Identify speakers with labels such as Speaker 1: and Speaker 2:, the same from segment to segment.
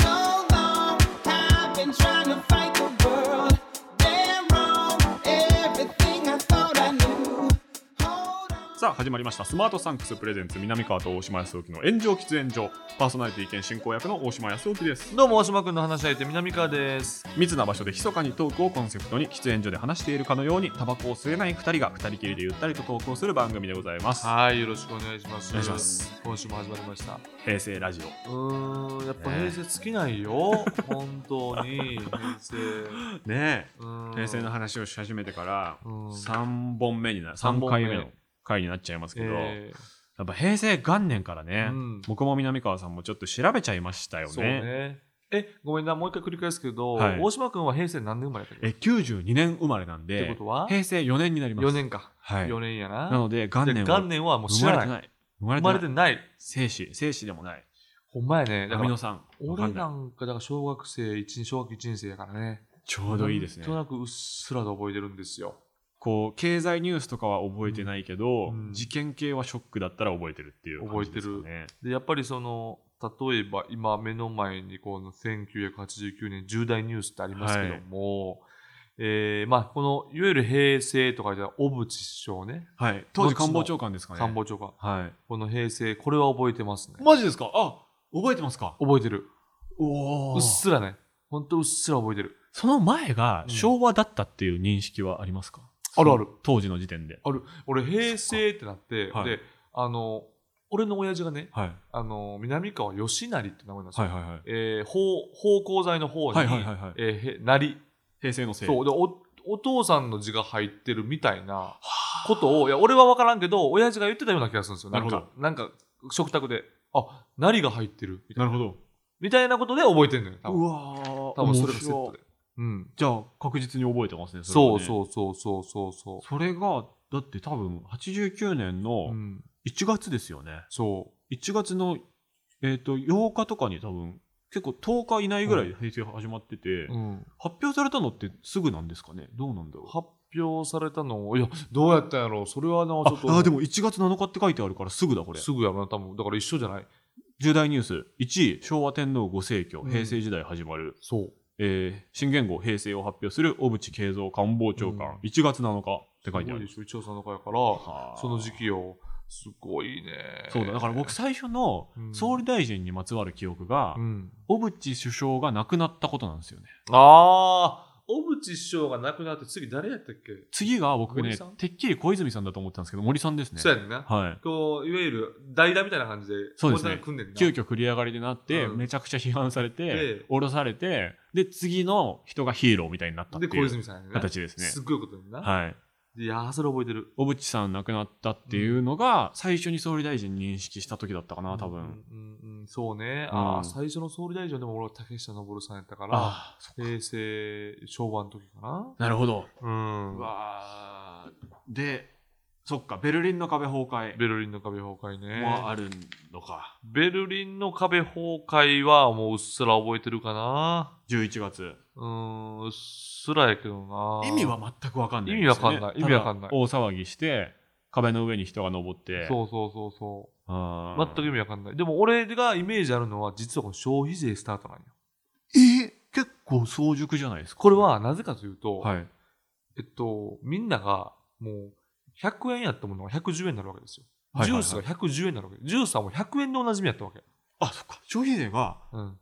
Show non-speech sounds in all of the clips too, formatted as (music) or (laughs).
Speaker 1: So long, I've been trying to fight the world. Damn wrong, everything I thought I knew. Hold on.
Speaker 2: さあ始まりましたスマートサンクスプレゼンツ南川と大島康沖の炎上喫煙所パーソナリティ兼進行役の大島康沖です
Speaker 3: どうも、大島くんの話し相手、南川です。
Speaker 2: 密な場所で密かにトークをコンセプトに喫煙所で話しているかのようにタバコを吸えない2人が2人きりでゆったりとトークをする番組でございます
Speaker 3: はい、よろしくお願いします。
Speaker 2: お願いします。
Speaker 3: 今週も始まりました。
Speaker 2: 平成ラジオ
Speaker 3: うーん、やっぱ
Speaker 2: ねえ
Speaker 3: 平成尽きないよ。本当に。平成。
Speaker 2: ね
Speaker 3: うー
Speaker 2: え
Speaker 3: ん
Speaker 2: 平成の。話をし始めてから
Speaker 3: うん
Speaker 2: 3本目にな
Speaker 3: 三
Speaker 2: 三
Speaker 3: 本目
Speaker 2: 回目の回になっちゃいますけど、
Speaker 3: え
Speaker 2: やっぱ平成元年から
Speaker 3: え
Speaker 2: ね、
Speaker 3: うん。
Speaker 2: 僕も南川さんもちょっと調べちゃいましたよ
Speaker 3: そう
Speaker 2: ね
Speaker 3: ね。え、ごめんな、もう一回繰り返すけど、
Speaker 2: はい
Speaker 3: 大島くんは平成何年生まれだっけ
Speaker 2: え92年生まれなん
Speaker 3: って
Speaker 2: で
Speaker 3: ことは
Speaker 2: 平成4年になります
Speaker 3: ?4 年か。
Speaker 2: はい
Speaker 3: 4年やな。
Speaker 2: なので元
Speaker 3: で
Speaker 2: 年は
Speaker 3: 元年はもう知
Speaker 2: 生
Speaker 3: ら
Speaker 2: ま
Speaker 3: な
Speaker 2: れて。な
Speaker 3: い
Speaker 2: い。生
Speaker 3: 生まれてない。
Speaker 2: 生死、生死でもない。
Speaker 3: ほんまやね。だか
Speaker 2: アミ
Speaker 3: ら
Speaker 2: ノ酸。わか
Speaker 3: 俺
Speaker 2: んな
Speaker 3: ないんか、だから小学生1年、小学1年生やからね。
Speaker 2: ちょうどいいですね
Speaker 3: なん。となくうっすらと覚えてるんですよ。
Speaker 2: こう、経済ニュースとかは覚えてないけど、
Speaker 3: うん
Speaker 2: 事件系はショックだったら覚えてるっていう感じですかね。
Speaker 3: で、やっぱりその、例えば今目の前にこの1989年重大ニュースってありますけども、えーまあこの、いわゆる平成とかじゃ、小渕首相ね、
Speaker 2: はい。当時官房長官ですかね。
Speaker 3: 官房長官。
Speaker 2: は
Speaker 3: この平成、これは覚えてますね
Speaker 2: い。。マジですかあ、覚えてますか
Speaker 3: 覚えてる。
Speaker 2: お
Speaker 3: うっすらね。ほんとうっすら覚えてる。
Speaker 2: その前が
Speaker 3: うん
Speaker 2: 昭和だったっていう認識はありますか、
Speaker 3: あるある。
Speaker 2: 当時の時点で。
Speaker 3: 俺、平成ってなって、
Speaker 2: はい
Speaker 3: で、あの、俺の親父がね、
Speaker 2: はい。
Speaker 3: あの、南川義成って名前なんですよ。
Speaker 2: はいはい。
Speaker 3: えー、方方向剤の方に、
Speaker 2: はいはいはいはい
Speaker 3: えーへなり
Speaker 2: 平成のせい。
Speaker 3: そうでおお父さんの字が入ってるみたいなことをいや俺は分からんけど親父が言ってたような気がするんですよなん
Speaker 2: なる
Speaker 3: かなんか食卓であなりが入ってるみたい
Speaker 2: なる
Speaker 3: な
Speaker 2: ほど。
Speaker 3: みたいなことで覚えてんのよ多分
Speaker 2: わ
Speaker 3: 多分それがセットで、うん、
Speaker 2: じゃあ、確実に覚えてますね。れ
Speaker 3: そ
Speaker 2: は
Speaker 3: う
Speaker 2: ね
Speaker 3: そうそうそうそうそ
Speaker 2: それが、だって多分89年
Speaker 3: う、う
Speaker 2: の
Speaker 3: ん、
Speaker 2: 1月ですよね。
Speaker 3: そ
Speaker 2: 1月の、えー、と8日とかに多分、結構10日以内ぐらいで平成始まってて、
Speaker 3: う、うん、
Speaker 2: 発表されたのってすぐなんですかねどうなんだろう。
Speaker 3: 発表されたのいやどうやったんやろうそれはなちょっと
Speaker 2: ああ、でも1月7日って書いてあるからすぐだ、これ。
Speaker 3: すぐやろな多分だから一緒じゃない
Speaker 2: 重大ニュース。1位、昭和天皇ご逝去、
Speaker 3: うん
Speaker 2: 平成時代始まる。
Speaker 3: そう
Speaker 2: えー新元号平成を発表する小渕恵三官房長官、
Speaker 3: う
Speaker 2: 1月7日って書いてあ
Speaker 3: す
Speaker 2: る
Speaker 3: ごいで。しょ一応さんの会やから
Speaker 2: はあ
Speaker 3: その時期をすごいね
Speaker 2: そうだ、だから僕最初の
Speaker 3: うん
Speaker 2: 総理大臣にまつわる記憶が、
Speaker 3: うん、
Speaker 2: 小渕首相が亡くなったことなんですよね。
Speaker 3: ああ小渕首相が亡くなって次誰やったっけ、
Speaker 2: 次が僕
Speaker 3: 森
Speaker 2: ね
Speaker 3: さん、
Speaker 2: てっきり小泉さんだと思ってたんですけど、森さんですね。
Speaker 3: そうやねんな、
Speaker 2: はい。
Speaker 3: こういわゆる代打みたいな感じで
Speaker 2: そうですね
Speaker 3: 森さんが組んでんな
Speaker 2: 急遽繰り上がりでなって、
Speaker 3: うん
Speaker 2: めちゃくちゃ批判され
Speaker 3: で
Speaker 2: て、降ろされて、で、次の人がヒーローみたいになったって
Speaker 3: で
Speaker 2: い
Speaker 3: 小
Speaker 2: う
Speaker 3: 泉さんやねんな
Speaker 2: 形ですね。
Speaker 3: すっごいことやんな、
Speaker 2: はい。
Speaker 3: い、やーそれ覚えてる
Speaker 2: 小渕さん亡くなったっていうのが、最初に総理大臣認識した時だったかな、多分。
Speaker 3: うんうんうん、そうね、
Speaker 2: うん
Speaker 3: ああ最初の総理大臣でも俺は竹下登さんやったから
Speaker 2: ああ、そっ
Speaker 3: 平成昭和の時かな
Speaker 2: なるほど。
Speaker 3: うん
Speaker 2: うわーで、そっか、ベルリンの壁崩壊
Speaker 3: ベルリンの壁崩壊ね
Speaker 2: もあるのか。
Speaker 3: ベルリンの壁崩壊はもううっすら覚えてるかな。
Speaker 2: 11月。
Speaker 3: うーん、うっすらやけどな。
Speaker 2: 意味は全くわかんないですよね、
Speaker 3: 意味わかんない意味わかんない
Speaker 2: ただ大騒ぎして、壁の上に人が登って。
Speaker 3: そうそうそうそうう。
Speaker 2: ん。
Speaker 3: 全く意味わかんない。でも俺がイメージあるのは、実はこれ消費税スタートなんよ。
Speaker 2: え結構早熟じゃないですか。
Speaker 3: これはなぜかというと、
Speaker 2: はい。
Speaker 3: えっと、みんながもう100円やったものが110円になるわけですよ。
Speaker 2: はいはいはい
Speaker 3: ジュースが110円になるわけ。ジュースはもう100円でおなじみやったわけ。
Speaker 2: あ、そっか。消費税が
Speaker 3: うん。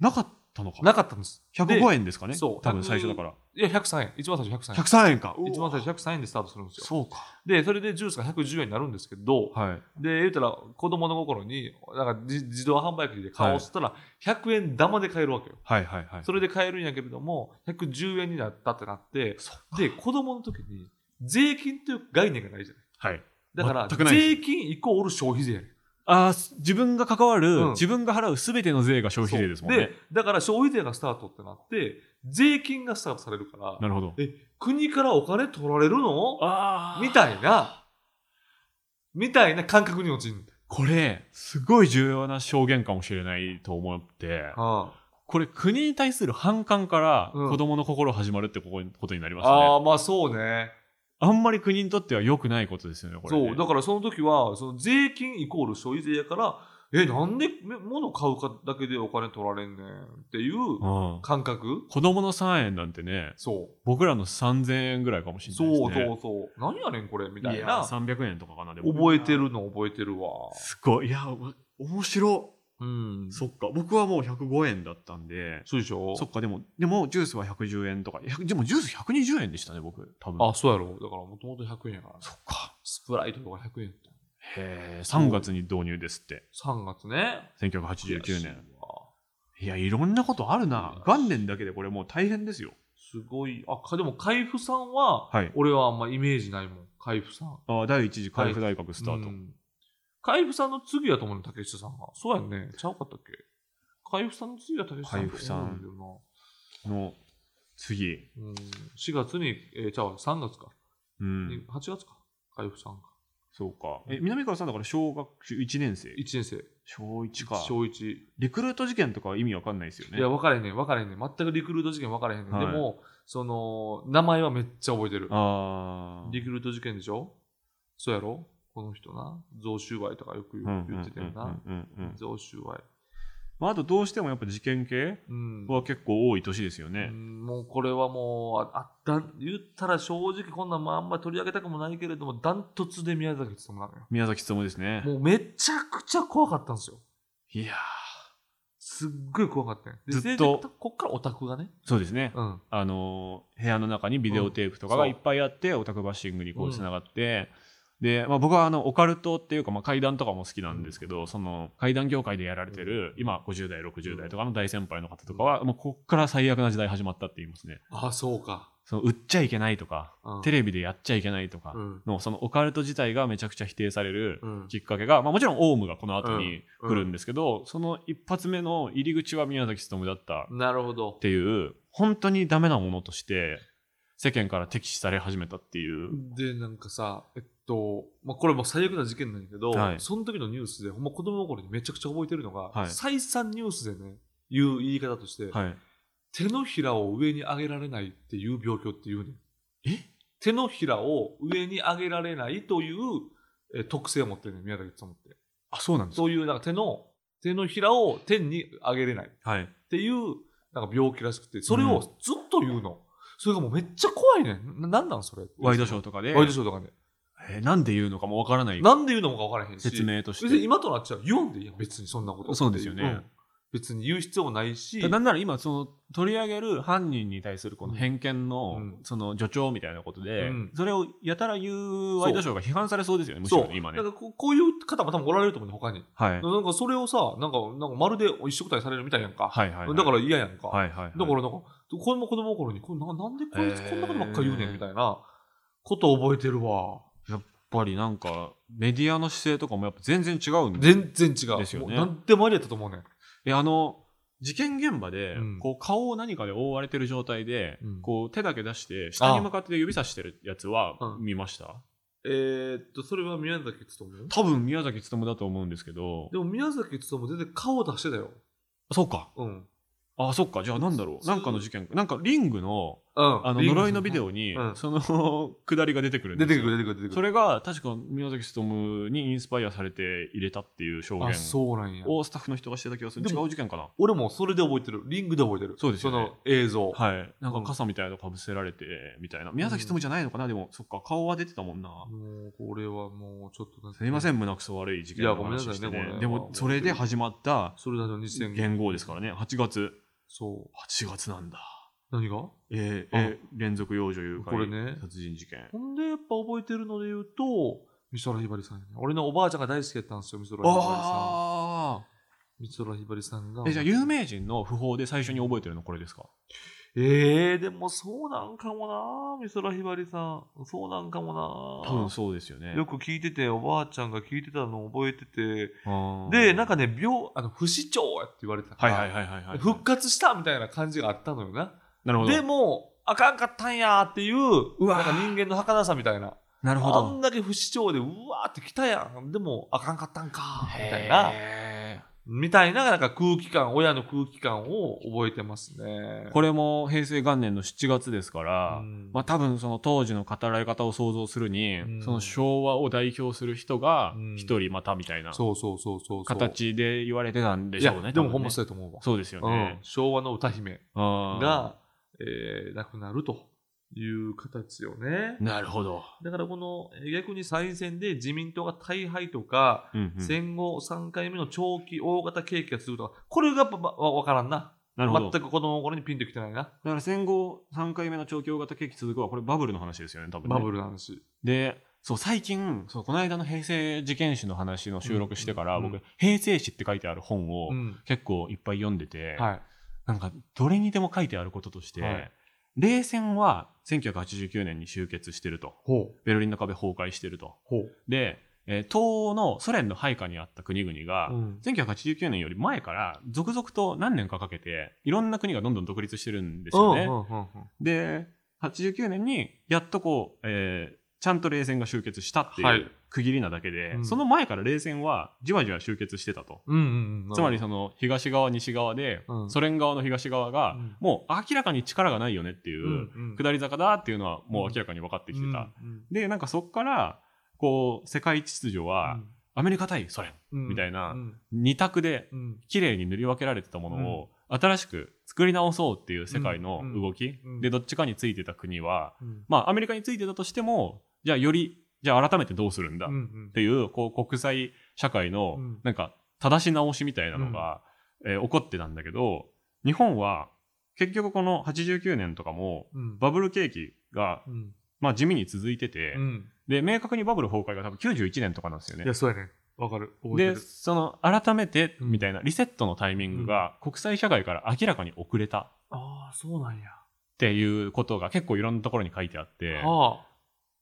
Speaker 2: なかったのか。
Speaker 3: なかったんです。で
Speaker 2: 105円ですかね。
Speaker 3: そう
Speaker 2: 多分最初だから。
Speaker 3: いや、103円。一番最初103円。
Speaker 2: 103円か。
Speaker 3: 一番最初103円でスタートするんですよ。
Speaker 2: そうか。
Speaker 3: で、それでジュースが110円になるんですけど、
Speaker 2: はい。
Speaker 3: で、言うたら、子供の心に、なんか自自動販売機で買おうとしたら、100円玉で買えるわけよ。
Speaker 2: はいはいはい。
Speaker 3: それで買えるんやけれども、110円になったってなって、
Speaker 2: そっか
Speaker 3: で、子供の時に、税金という概念がないじゃない。
Speaker 2: はい。
Speaker 3: だから、
Speaker 2: 全くないです
Speaker 3: 税金イコール消費税やねん
Speaker 2: あー自分が関わる、
Speaker 3: うん
Speaker 2: 自分が払うすべての税が消費税ですもん
Speaker 3: そう
Speaker 2: ね。
Speaker 3: だから消費税がスタートってなって、税金がスタートされるから、
Speaker 2: なるほど。
Speaker 3: え、国からお金取られるの
Speaker 2: あ
Speaker 3: みたいな、みたいな感覚に陥るんだよ
Speaker 2: これ、すごい重要な証言かもしれないと思って、
Speaker 3: あ
Speaker 2: これ国に対する反感から
Speaker 3: うん
Speaker 2: 子供の心始まるってここことになりましたね。
Speaker 3: あー、まあそうね。
Speaker 2: あんまり国にとっては良くないことですよね、これね、
Speaker 3: そう、だからその時は、その税金イコール消費税やから、え、なんでめ物買うかだけでお金取られんねんっていう
Speaker 2: うん、
Speaker 3: 感覚
Speaker 2: 子供の3円なんてね、
Speaker 3: そ
Speaker 2: 僕らの3000円ぐらいかもし
Speaker 3: う。
Speaker 2: れ
Speaker 3: そ
Speaker 2: ないうです
Speaker 3: そう
Speaker 2: ね。
Speaker 3: そう。何やねんこれみた
Speaker 2: い
Speaker 3: い
Speaker 2: や
Speaker 3: な。
Speaker 2: 300円とかかな、でも。
Speaker 3: 覚えてるの覚えてるわ。
Speaker 2: すごい。いや、お面白。
Speaker 3: うん。
Speaker 2: そっか。僕はもう105円だったんで、
Speaker 3: そうでしょ
Speaker 2: そっか、でも、でも、ジュースは110円とか、100でもジュース120円でしたね、僕、多分。
Speaker 3: あ、そうやろ。だからもともと100円やからね。
Speaker 2: そっか。
Speaker 3: スプライトとか100円やった。
Speaker 2: へえ、3月に導入ですって、
Speaker 3: 3月ね。
Speaker 2: 1989
Speaker 3: 悔
Speaker 2: 年。
Speaker 3: しいわ。
Speaker 2: いや、いろんなことあるな。元年だけでこれもう大変ですよ。
Speaker 3: すごい。あ、かでも、海部さんは、
Speaker 2: はい
Speaker 3: 俺はあんまイメージないもん。海部さん。
Speaker 2: あ第一次海部大学スタート。
Speaker 3: うん海部さんの次やと思うの、竹下さんが。そうやんね。ちゃうかったっけ海部さんの次は竹下さんだと思うんだよな。
Speaker 2: の次、
Speaker 3: うん、4月に、えー、ちゃうわ、3月か。
Speaker 2: うん、
Speaker 3: 8月か。海部さんが。
Speaker 2: そうか。え、南川さんだから小学1年生
Speaker 3: 1。年生。
Speaker 2: 小1か。
Speaker 3: 小1。
Speaker 2: リクルート事件とかは意味わかんないですよね。
Speaker 3: いや、分からへんねん。分からへんねん。全くリクルート事件分からへんねん。
Speaker 2: はい
Speaker 3: でも、その、名前はめっちゃ覚えてる。
Speaker 2: あー
Speaker 3: リクルート事件でしょそうやろこの人な。贈収賄とかよく
Speaker 2: うんう
Speaker 3: 言
Speaker 2: んうん
Speaker 3: 言ってたよな。
Speaker 2: うんうんうん
Speaker 3: 贈収賄。
Speaker 2: まあ、あとどうしてもやっぱ事件系
Speaker 3: うん。
Speaker 2: は結構多い年ですよ
Speaker 3: う
Speaker 2: ね。
Speaker 3: んもうこれはもうああだ言ったら正直こんなんもあんま取り上げたくもないけれどもダントツで宮崎勤なのよ
Speaker 2: 宮崎勤ですね。
Speaker 3: もうめちゃくちゃ怖かったんですよ
Speaker 2: いやー
Speaker 3: すっごい怖かったねで
Speaker 2: ずっと
Speaker 3: でこっからオタクがね
Speaker 2: そうですね。
Speaker 3: うん
Speaker 2: あのー部屋の中にビデオテープとか
Speaker 3: うん
Speaker 2: が
Speaker 3: そ
Speaker 2: いうっぱいあって、オタクバッシングにこ
Speaker 3: う
Speaker 2: うんつながって、で、まあ、僕はあのオカルトっていうか、まあ、怪談とかも好きなんですけど、その怪談業界でやられてる、
Speaker 3: うん
Speaker 2: 今50代60代とかの大先輩の方とかは、もうこっから最悪な時代始まったって言いますね
Speaker 3: ああそうか、
Speaker 2: その売っちゃいけないとか、
Speaker 3: うん、
Speaker 2: テ
Speaker 3: レ
Speaker 2: レビでやっちゃいけないとか
Speaker 3: うん
Speaker 2: の、そのオカルト自体がめちゃくちゃ否定される
Speaker 3: うん
Speaker 2: きっかけが、まあ、もちろんオウムがこの後に来るんですけど、その一発目の入り口は宮崎努だった
Speaker 3: なるほど
Speaker 2: っていう本当にダメなものとして世間から敵視され始めたっていう、
Speaker 3: でなんかさえっと、まあ、これもう最悪な事件なんやけど、
Speaker 2: はい
Speaker 3: その時のニュースでほんま子供の頃にめちゃくちゃ覚えてるのが、
Speaker 2: はい
Speaker 3: 再三ニュースでね言う言い方として、
Speaker 2: はい、
Speaker 3: 手のひらを上に上げられないっていう病気っていうねん
Speaker 2: え
Speaker 3: 手のひらを上に上げられないというえー特性を持ってるねん宮崎さんって
Speaker 2: あそうなんです
Speaker 3: そういうなんか手の手のひらを天に上げれないっ
Speaker 2: はい
Speaker 3: ていうなんか病気らしくてそれをずっと言うの、それがもうめっちゃ怖いねんななんなんそれ
Speaker 2: ワイドショー
Speaker 3: ー
Speaker 2: とかで
Speaker 3: ワイドショーとかね
Speaker 2: えーなんで言うのかもわからない
Speaker 3: なんで言うのも分からへんし
Speaker 2: 説明とし
Speaker 3: 別に
Speaker 2: て
Speaker 3: 今となっちゃう言うんでいいやん別にそんなこと
Speaker 2: そうですよね
Speaker 3: ん別に言う必要もないし
Speaker 2: なんなら今その取り上げる犯人に対するこの偏見の
Speaker 3: うん
Speaker 2: その助長みたいなことで、
Speaker 3: うん
Speaker 2: それをやたら言うワイドショーが批判されそうですよねむし
Speaker 3: そ
Speaker 2: ろ
Speaker 3: う
Speaker 2: ね今ね
Speaker 3: だからこうこういう方も多分おられると思うね他に
Speaker 2: はい
Speaker 3: なんかそれをさ、なんか、なんかまるで一緒くたにされるみたいやんか。
Speaker 2: はいはいはい
Speaker 3: だから嫌やんか。
Speaker 2: はいはいはい
Speaker 3: だからなんか、これも子供の頃に、これななんでこいつ
Speaker 2: へー
Speaker 3: こんなことばっかり言うねんみたいなことを覚えてるわ。
Speaker 2: やっぱりなんかメディアの姿勢とかもやっぱ全然違うんで
Speaker 3: 全然違う。
Speaker 2: ですよね
Speaker 3: もうなんでもありやったと思うねん。
Speaker 2: えあの事件現場で、
Speaker 3: うん
Speaker 2: こう顔を何かで覆われてる状態で、
Speaker 3: うん
Speaker 2: こう手だけ出して下に向かって指さしてるやつは
Speaker 3: うん
Speaker 2: 見ました、
Speaker 3: えー、っと、それは宮崎つとも
Speaker 2: 多分宮崎勤だと思うんですけど
Speaker 3: でも宮崎つとも全然顔出してたよ。
Speaker 2: そうか
Speaker 3: うん。
Speaker 2: あそうかじゃあなんだろうなんかの事件なんかリングの
Speaker 3: うん。
Speaker 2: あの呪いのビデオに、
Speaker 3: うん
Speaker 2: その (laughs) 下りが出てくるんで
Speaker 3: 出
Speaker 2: すよ
Speaker 3: てくる、出てくる、出てくる。
Speaker 2: それが確か宮崎勤にインスパイアされて入れたっていう証言
Speaker 3: あ、そうなんや。
Speaker 2: をスタッフの人がしてた気がする
Speaker 3: で
Speaker 2: 違
Speaker 3: も
Speaker 2: う事件かな
Speaker 3: 俺もそれで覚えてる。リングで覚えてる。
Speaker 2: そうですよね
Speaker 3: その映像。
Speaker 2: はい、なんか傘みたいなのかぶせられてみたいな、宮崎勤じゃないのかな、でもそっか顔は出てたもんな、
Speaker 3: もう、これはもう、ちょっと。
Speaker 2: すいませ
Speaker 3: ん。
Speaker 2: ん胸くそ悪い事件の話して、ね
Speaker 3: いやごめんなさいねこれ
Speaker 2: でもそれで始まった
Speaker 3: それだと2000
Speaker 2: 元号ですからね8月
Speaker 3: そう。
Speaker 2: 8月なんだ
Speaker 3: 何が
Speaker 2: えー
Speaker 3: あ
Speaker 2: えー連続幼女誘
Speaker 3: これ
Speaker 2: 拐、
Speaker 3: ね
Speaker 2: 殺人事件
Speaker 3: ほんで、やっぱ覚えてるので言うと、美空ひばりさんやね。俺のおばあちゃんが大好きやったんですよ、美空ひばりさ
Speaker 2: あ
Speaker 3: ん。美空ひばりさんが。
Speaker 2: あじゃあ有名人の訃報で最初に覚えてるのこれですか
Speaker 3: えー、でもそうなんかもな、美空ひばりさん。そうなんかもな。
Speaker 2: 多分そうですよね
Speaker 3: よく聞いてて、おばあちゃんが聞いてたのを覚えてて、
Speaker 2: あー
Speaker 3: で、なんかね、病、あの、不死鳥やって言われてたか
Speaker 2: はい
Speaker 3: ら、
Speaker 2: はいはいはい、はい、
Speaker 3: 復活したみたいな感じがあったのよな。
Speaker 2: なるほど
Speaker 3: でも、あかんかったんやーっていう、なんか人間の儚さみたいな。
Speaker 2: なるほ
Speaker 3: あん
Speaker 2: ど。
Speaker 3: だけ不死鳥でうわーって来たやんでもあかんかったんかみたいな
Speaker 2: へ
Speaker 3: みたいななんか空気感親の空気感を覚えてますね
Speaker 2: ー。これも平成元年の7月ですから、
Speaker 3: うん
Speaker 2: まあ、多分その当時の語られ方を想像するに、
Speaker 3: うん
Speaker 2: その昭和を代表する人が
Speaker 3: うん
Speaker 2: 一人またみたいな
Speaker 3: そうそうそうそうそう
Speaker 2: 形で言われてたんで
Speaker 3: い
Speaker 2: し
Speaker 3: や
Speaker 2: ょうね。
Speaker 3: でも
Speaker 2: 多分
Speaker 3: ほん
Speaker 2: ね
Speaker 3: まそうやと思うわ
Speaker 2: そうですよ
Speaker 3: うん
Speaker 2: ね。
Speaker 3: 昭和の歌姫
Speaker 2: うん
Speaker 3: が、えー亡くなるという形よね。
Speaker 2: なるほど。
Speaker 3: だからこのえー逆に参院選で自民党が大敗とか、
Speaker 2: うんうん
Speaker 3: 戦後3回目の長期大型景気が続くとか、これがやっぱまわわからんな。
Speaker 2: なるほど。
Speaker 3: 全く子供の頃にピンときてないな。
Speaker 2: だから戦後3回目の長期大型景気続くはこれバブルの話ですよね多分ね
Speaker 3: バブルの話。
Speaker 2: でそう最近そうこの間の平成事件史の話の収録してから、
Speaker 3: うんうん
Speaker 2: 僕平成史って書いてある本を
Speaker 3: うん。
Speaker 2: 結構いっぱい読んでて、
Speaker 3: はい。
Speaker 2: なんかどれにでも書いてあることとして、
Speaker 3: はい
Speaker 2: 冷戦は1989年に終結してると
Speaker 3: ほう。
Speaker 2: ベルリンの壁崩壊してると
Speaker 3: ほう。
Speaker 2: で、えー東欧のソ連の配下にあった国々が、
Speaker 3: うん
Speaker 2: 1989年より前から続々と何年かかけていろんな国がどんどん独立してるんです
Speaker 3: うん
Speaker 2: よ
Speaker 3: う
Speaker 2: ね。
Speaker 3: んうんうん
Speaker 2: で89年にやっとこう、えーちゃんと冷戦が終結したって
Speaker 3: はいいう
Speaker 2: 区切りなだけで、
Speaker 3: うん
Speaker 2: その前から冷戦はじわじわ終結してたと。
Speaker 3: うんうんうん。
Speaker 2: つまりその東側西側で、
Speaker 3: うん
Speaker 2: ソ連側の東側が、
Speaker 3: うん
Speaker 2: もう明らかに力がないよねっていう、
Speaker 3: うんうん
Speaker 2: 下り坂だっていうのはもう明らかに分かってきてた、
Speaker 3: うんうん
Speaker 2: でなんかそっからこう世界秩序は、アメリカ対ソ連
Speaker 3: うん
Speaker 2: みたいな
Speaker 3: うん
Speaker 2: 二択で
Speaker 3: うん
Speaker 2: 綺麗に塗り分けられてたものを新しく作り直そうっていう世界の
Speaker 3: うん
Speaker 2: 動き
Speaker 3: うん
Speaker 2: でどっちかについてた国は
Speaker 3: うん
Speaker 2: まあアメリカについてたとしてもじゃあよりじゃあ改めてどうするんだ
Speaker 3: う
Speaker 2: っ
Speaker 3: ん
Speaker 2: ていうこう国際社会の
Speaker 3: うん
Speaker 2: なんか正し直しみたいなのがえー起こってたんだけど日本は結局この89年とかも
Speaker 3: うん
Speaker 2: バブル景気が
Speaker 3: うん
Speaker 2: まあ地味に続いてて
Speaker 3: うん
Speaker 2: で明確にバブル崩壊が多分91年とかなんですよね
Speaker 3: いや、そうやね。わかる。覚え
Speaker 2: で
Speaker 3: てる。
Speaker 2: その改めて
Speaker 3: うん
Speaker 2: みたいなリセットのタイミングが国際社会から明らかに遅れたっ
Speaker 3: ああ、そうなんや。
Speaker 2: ていうことが結構いろんなところに書いてあって
Speaker 3: は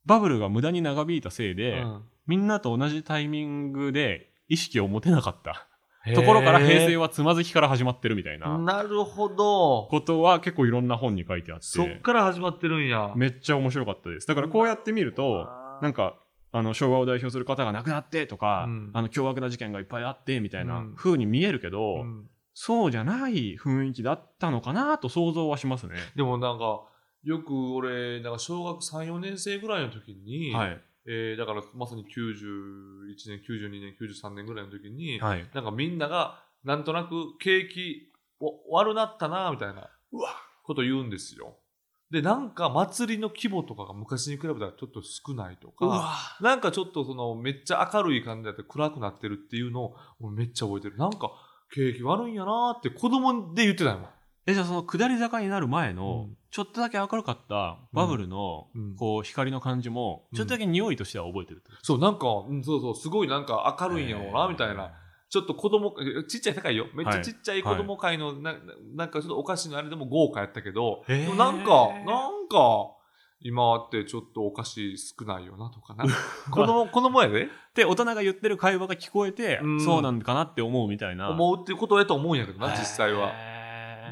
Speaker 2: バブルが無駄に長引いたせい
Speaker 3: あ
Speaker 2: で、
Speaker 3: うん
Speaker 2: みんなと同じタイミングで意識を持てなかったところから平成はつまずきから始まってるみたい
Speaker 3: へー
Speaker 2: な
Speaker 3: なるほど。
Speaker 2: ことは結構いろんな本に書いてあっ
Speaker 3: そってから始まってるんや。
Speaker 2: めっちゃ面白かったですだからこうやって見ると
Speaker 3: あー
Speaker 2: なんかあの昭和を代表する方が亡くなってとか、
Speaker 3: うん
Speaker 2: あの凶悪な事件がいっぱいあってみたいな
Speaker 3: うん
Speaker 2: 風に見えるけど、
Speaker 3: うん
Speaker 2: そうじゃない雰囲気だったのかなと想像はしますね。
Speaker 3: でもなんか、よく俺、なんか小学3、4年生ぐらいの時に、
Speaker 2: い。
Speaker 3: えーだからまさに91年、92年、93年ぐらいの時に、
Speaker 2: はい。
Speaker 3: なんかみんなが、なんとなく景気お悪なったな、みたいな
Speaker 2: うわ
Speaker 3: こと言うんですよ。で、なんか祭りの規模とかが昔に比べたらちょっと少ないとか、なんかちょっとそのめっちゃ明るい感じだって暗くなってるっていうのを俺めっちゃ覚えてる。なんか景気悪いんやなーって子供で言ってたよ。
Speaker 2: え、じゃあその下り坂になる前の、
Speaker 3: うん
Speaker 2: ちょっとだけ明るかったバブルの、
Speaker 3: うんうん
Speaker 2: こう光の感じも、
Speaker 3: うん
Speaker 2: ちょっとだけ匂いとしては覚えてるってこ
Speaker 3: そう、なんか、うん、そうそう、すごいなんか明
Speaker 2: と
Speaker 3: るいんやろうな、みたいな。。ちょっと子供、えちっちゃい高いよ。めっちゃちっちゃい子供会の、なななんかちょっとお菓子のあれでも豪華やったけど、
Speaker 2: へー
Speaker 3: でもなんか、なんか、今ってちょっとお菓子少ないよなと
Speaker 2: (laughs)
Speaker 3: かな。子供、子供やで
Speaker 2: で、大人が言ってる会話が聞こえて、
Speaker 3: うん
Speaker 2: そうなんかなって思うみたいな。
Speaker 3: 思うってことやと思うんやけどな、
Speaker 2: へー
Speaker 3: 実際は。。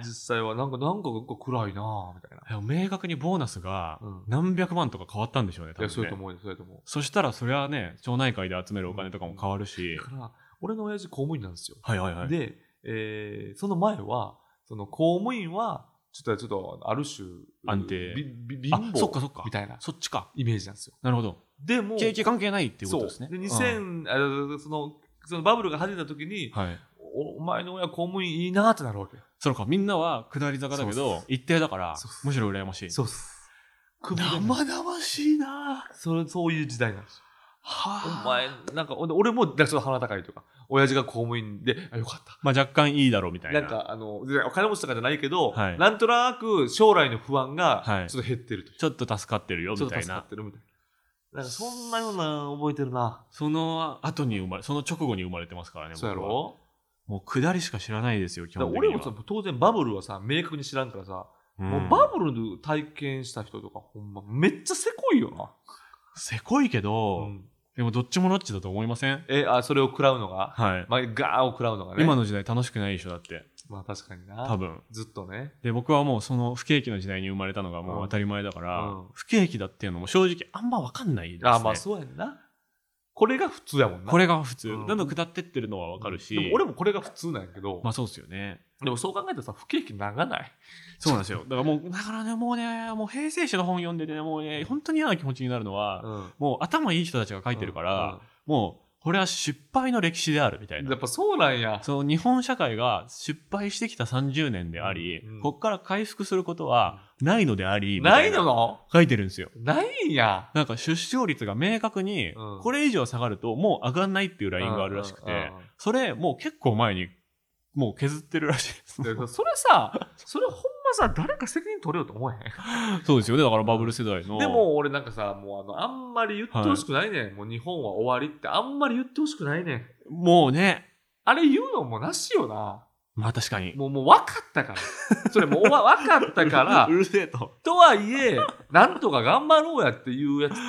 Speaker 3: 実際は、なんか、なんか暗いなみたいな。
Speaker 2: でも明確にボーナスが
Speaker 3: うん
Speaker 2: 何百万とか変わったんでしょうね、多分
Speaker 3: いや、
Speaker 2: ね
Speaker 3: そうやと思うよ、そうやと思う。
Speaker 2: そしたらそれはね、町内会で集めるお金とかも変わるし
Speaker 3: だ。から、俺の親父公務員なんですよ。
Speaker 2: はいはいはい。
Speaker 3: で、えーその前は、その公務員は、ちょっと、ちょっと、ある種、
Speaker 2: 安定
Speaker 3: びび
Speaker 2: あ
Speaker 3: 貧乏
Speaker 2: そっかそっか
Speaker 3: みたいな
Speaker 2: そっちか。
Speaker 3: イメージなんですよ。
Speaker 2: なるほど。
Speaker 3: でも、
Speaker 2: 景気関係ないっていうことですね。
Speaker 3: そうで
Speaker 2: うん
Speaker 3: 2000、あその、そのバブルが始めた時に、
Speaker 2: はい。
Speaker 3: おお前の親公務員いいなってなるわけよ。
Speaker 2: そのか、みんなは下り坂だけ
Speaker 3: そうっ
Speaker 2: ど、一定だから
Speaker 3: そうっ、す
Speaker 2: むしろ羨ましい。
Speaker 3: そうっす。首が
Speaker 2: 生々しいな
Speaker 3: それそういう時代なんですよ。お
Speaker 2: は
Speaker 3: 前、なんか、ほんで俺も、だからちょっと鼻高いとか、親父が公務員で、あ、よかった。
Speaker 2: まあ若干いいだろうみたいな。
Speaker 3: なんかあの全然お金持ちとかじゃないけど、
Speaker 2: はい
Speaker 3: なんとなく将来の不安
Speaker 2: は
Speaker 3: が
Speaker 2: い
Speaker 3: ちょっと減ってるという、
Speaker 2: ちょっと助かってるよ
Speaker 3: ちょ
Speaker 2: み
Speaker 3: ったと
Speaker 2: い
Speaker 3: 助か
Speaker 2: な
Speaker 3: っ。てるみたいななんかそんなような覚えてるな
Speaker 2: その後に生まれ、その直後に生まれてますからね、
Speaker 3: そうや
Speaker 2: 僕は
Speaker 3: ろ
Speaker 2: もう下りしか知らないですよ、基
Speaker 3: だから
Speaker 2: 本的に
Speaker 3: 俺
Speaker 2: は。
Speaker 3: もさ当然バブルはさ明確に知らんからさ、
Speaker 2: うん
Speaker 3: もうバブルで体験した人とかほんまめっちゃせこいよな、
Speaker 2: せこいけど、
Speaker 3: うん
Speaker 2: でもどっちもどっちだと思いません
Speaker 3: えあそれを食らうのが、
Speaker 2: はい。
Speaker 3: まあ、ガーを食らうのがね
Speaker 2: 今の時代楽しくないでしょ、だって。
Speaker 3: まあ確かに
Speaker 2: 多
Speaker 3: な。
Speaker 2: 分
Speaker 3: ずっとね。
Speaker 2: で僕はもうその不景気の時代に生まれたのがもう当たり前だから、
Speaker 3: うん
Speaker 2: 不景気だっていうのも正直あんま分かんないですね
Speaker 3: あまあそうやんな。これが普通やもんな。
Speaker 2: これが普通、
Speaker 3: うん
Speaker 2: どんどん下ってってるのは分かるし、
Speaker 3: でも俺もこれが普通なんやけど、
Speaker 2: まあそうですよね
Speaker 3: でもそう考えたらさ、不景気ならない。
Speaker 2: (laughs) そうなんですよだからもうだからねもうねもう平成史の本読んでてねもうね本当に嫌な気持ちになるのは、
Speaker 3: うん。
Speaker 2: もう頭いい人たちが書いてるから、もうこれは失敗の歴史であるみた
Speaker 3: う
Speaker 2: い
Speaker 3: ん、
Speaker 2: な
Speaker 3: やっぱそうなんや。
Speaker 2: その日本社会が失敗してきた30年であり、
Speaker 3: うんうん
Speaker 2: ここから回復することはないのでありみ
Speaker 3: な
Speaker 2: た
Speaker 3: い
Speaker 2: いな
Speaker 3: の
Speaker 2: 書いてるんですよ。
Speaker 3: ないんや。
Speaker 2: なんか出生率が明確に
Speaker 3: うん
Speaker 2: これ以上下がるともう上がんないっていうラインがあるらしく
Speaker 3: うん
Speaker 2: てそれもう結構前にもう削ってるらしいです
Speaker 3: うんうんでそれさ、それほんまさ、誰か責任取れよと思えへん。
Speaker 2: (laughs) そうですよねだからバブル世代の
Speaker 3: でも俺なんかさ、もうあの、あんまり言ってほしくないねん。もう日本は終わりってあんまり言ってほしくないねん。
Speaker 2: もうね
Speaker 3: あれ言うのもなしよな。
Speaker 2: まあ確かに
Speaker 3: もう、もう分かったから。それもうわ分かったから
Speaker 2: う、るせえと
Speaker 3: とはいえ、なんとか頑張ろうやっていうやつ現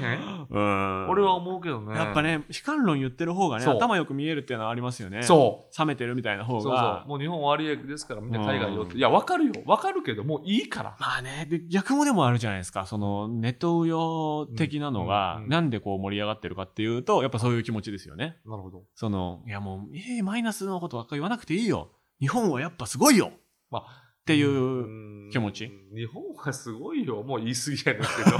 Speaker 3: れへん
Speaker 2: うん
Speaker 3: 俺は思うけどね。
Speaker 2: やっぱ。ね悲観論言ってる方がね
Speaker 3: そう
Speaker 2: 頭よく見えるっていうのはありますよね
Speaker 3: そう。
Speaker 2: 冷めてるみたいな方
Speaker 3: そ
Speaker 2: が
Speaker 3: うそう。もう日本終わりですからみんな海外よっ
Speaker 2: う
Speaker 3: て。
Speaker 2: ん
Speaker 3: いや、分かるよ。分かるけど、もういいから。
Speaker 2: まあね、で逆もでもあるじゃないですか、そのネトウヨ的なの
Speaker 3: うん
Speaker 2: が
Speaker 3: う、んうん
Speaker 2: なんでこう盛り上がってるかっていうと、やっぱそういう気持ちですよね。
Speaker 3: なるほど。
Speaker 2: その、いやもう、えーマイナスのことばっか言わなくていいよ。日本はやっぱすごいよっ
Speaker 3: まあ、って
Speaker 2: いう。気持ち
Speaker 3: 日本はすごいよ。もう言い過ぎやねんけ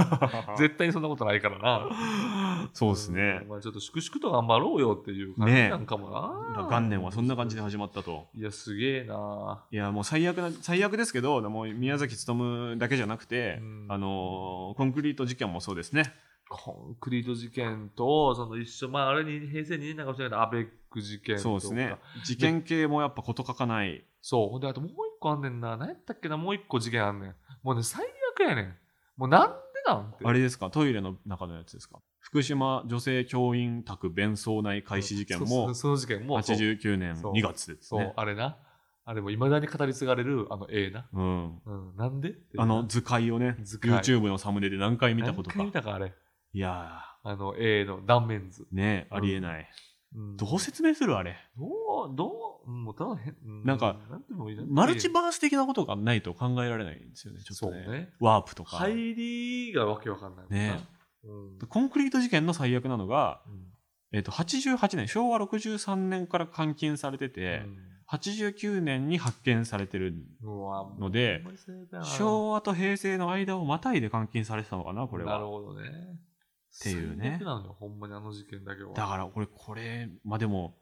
Speaker 2: (laughs)
Speaker 3: ど。絶対にそんなことないからな。
Speaker 2: (laughs) そうですね
Speaker 3: ん。まあちょっと粛々と頑張ろうよっていう感じなんかもな。
Speaker 2: 元年はそんな感じで始まったと。
Speaker 3: いや、すげえない
Speaker 2: やもう最悪な最悪ですけどもう宮崎勤だけじゃなくて、
Speaker 3: うん
Speaker 2: あのーコンクリート事件もそうですね
Speaker 3: コンクリート事件と、その一緒、まああれに平成2年なんかもしれないけど、アベック事件とか。
Speaker 2: そうですね。事件系もやっぱ事欠かない
Speaker 3: そう。ほんで、あともう一個あんねんな。何やったっけな、もう一個事件あんねん。もうね、最悪やねん。もうなんでなんて。
Speaker 2: あれですかトイレの中のやつですか福島女性教員宅弁葬内開始事件
Speaker 3: そう
Speaker 2: も
Speaker 3: その事件も。そう
Speaker 2: 89年
Speaker 3: そう
Speaker 2: 2月です
Speaker 3: そう
Speaker 2: ね、
Speaker 3: あれな。あれもいまだに語り継がれる、あの、ええな。
Speaker 2: うん、
Speaker 3: うん、なんでっていう
Speaker 2: あの、図解をね
Speaker 3: 図解
Speaker 2: YouTube のサムネで何回見たこと
Speaker 3: 何回
Speaker 2: か
Speaker 3: 見たか、あれ。
Speaker 2: いや
Speaker 3: あの、ええの断面図。
Speaker 2: ーねえ
Speaker 3: うん
Speaker 2: ありえない、
Speaker 3: うん
Speaker 2: どう説明するあれ
Speaker 3: どう、どう、うんもうただ変、う
Speaker 2: なんか、
Speaker 3: なんでもいいな
Speaker 2: マルチバース的なことがないと考えられないんですよねちょっ
Speaker 3: そ
Speaker 2: と
Speaker 3: う
Speaker 2: ね
Speaker 3: ね。
Speaker 2: ワープとか、
Speaker 3: 入りがわけわかんないもんな。
Speaker 2: ね
Speaker 3: うん
Speaker 2: コンクリート事件の最悪なのが、
Speaker 3: うん
Speaker 2: えっと88年昭和63年から監禁されてて、89年に発見されてる
Speaker 3: うんうわ
Speaker 2: ので
Speaker 3: ほんまに最悪やな
Speaker 2: 昭和と平成の間をまたいで監禁されてたのかなこれ
Speaker 3: なる
Speaker 2: は
Speaker 3: ほどね。
Speaker 2: ていうね
Speaker 3: 最悪なのよ、ほんまにあの事件だけは。
Speaker 2: だから俺これまあでも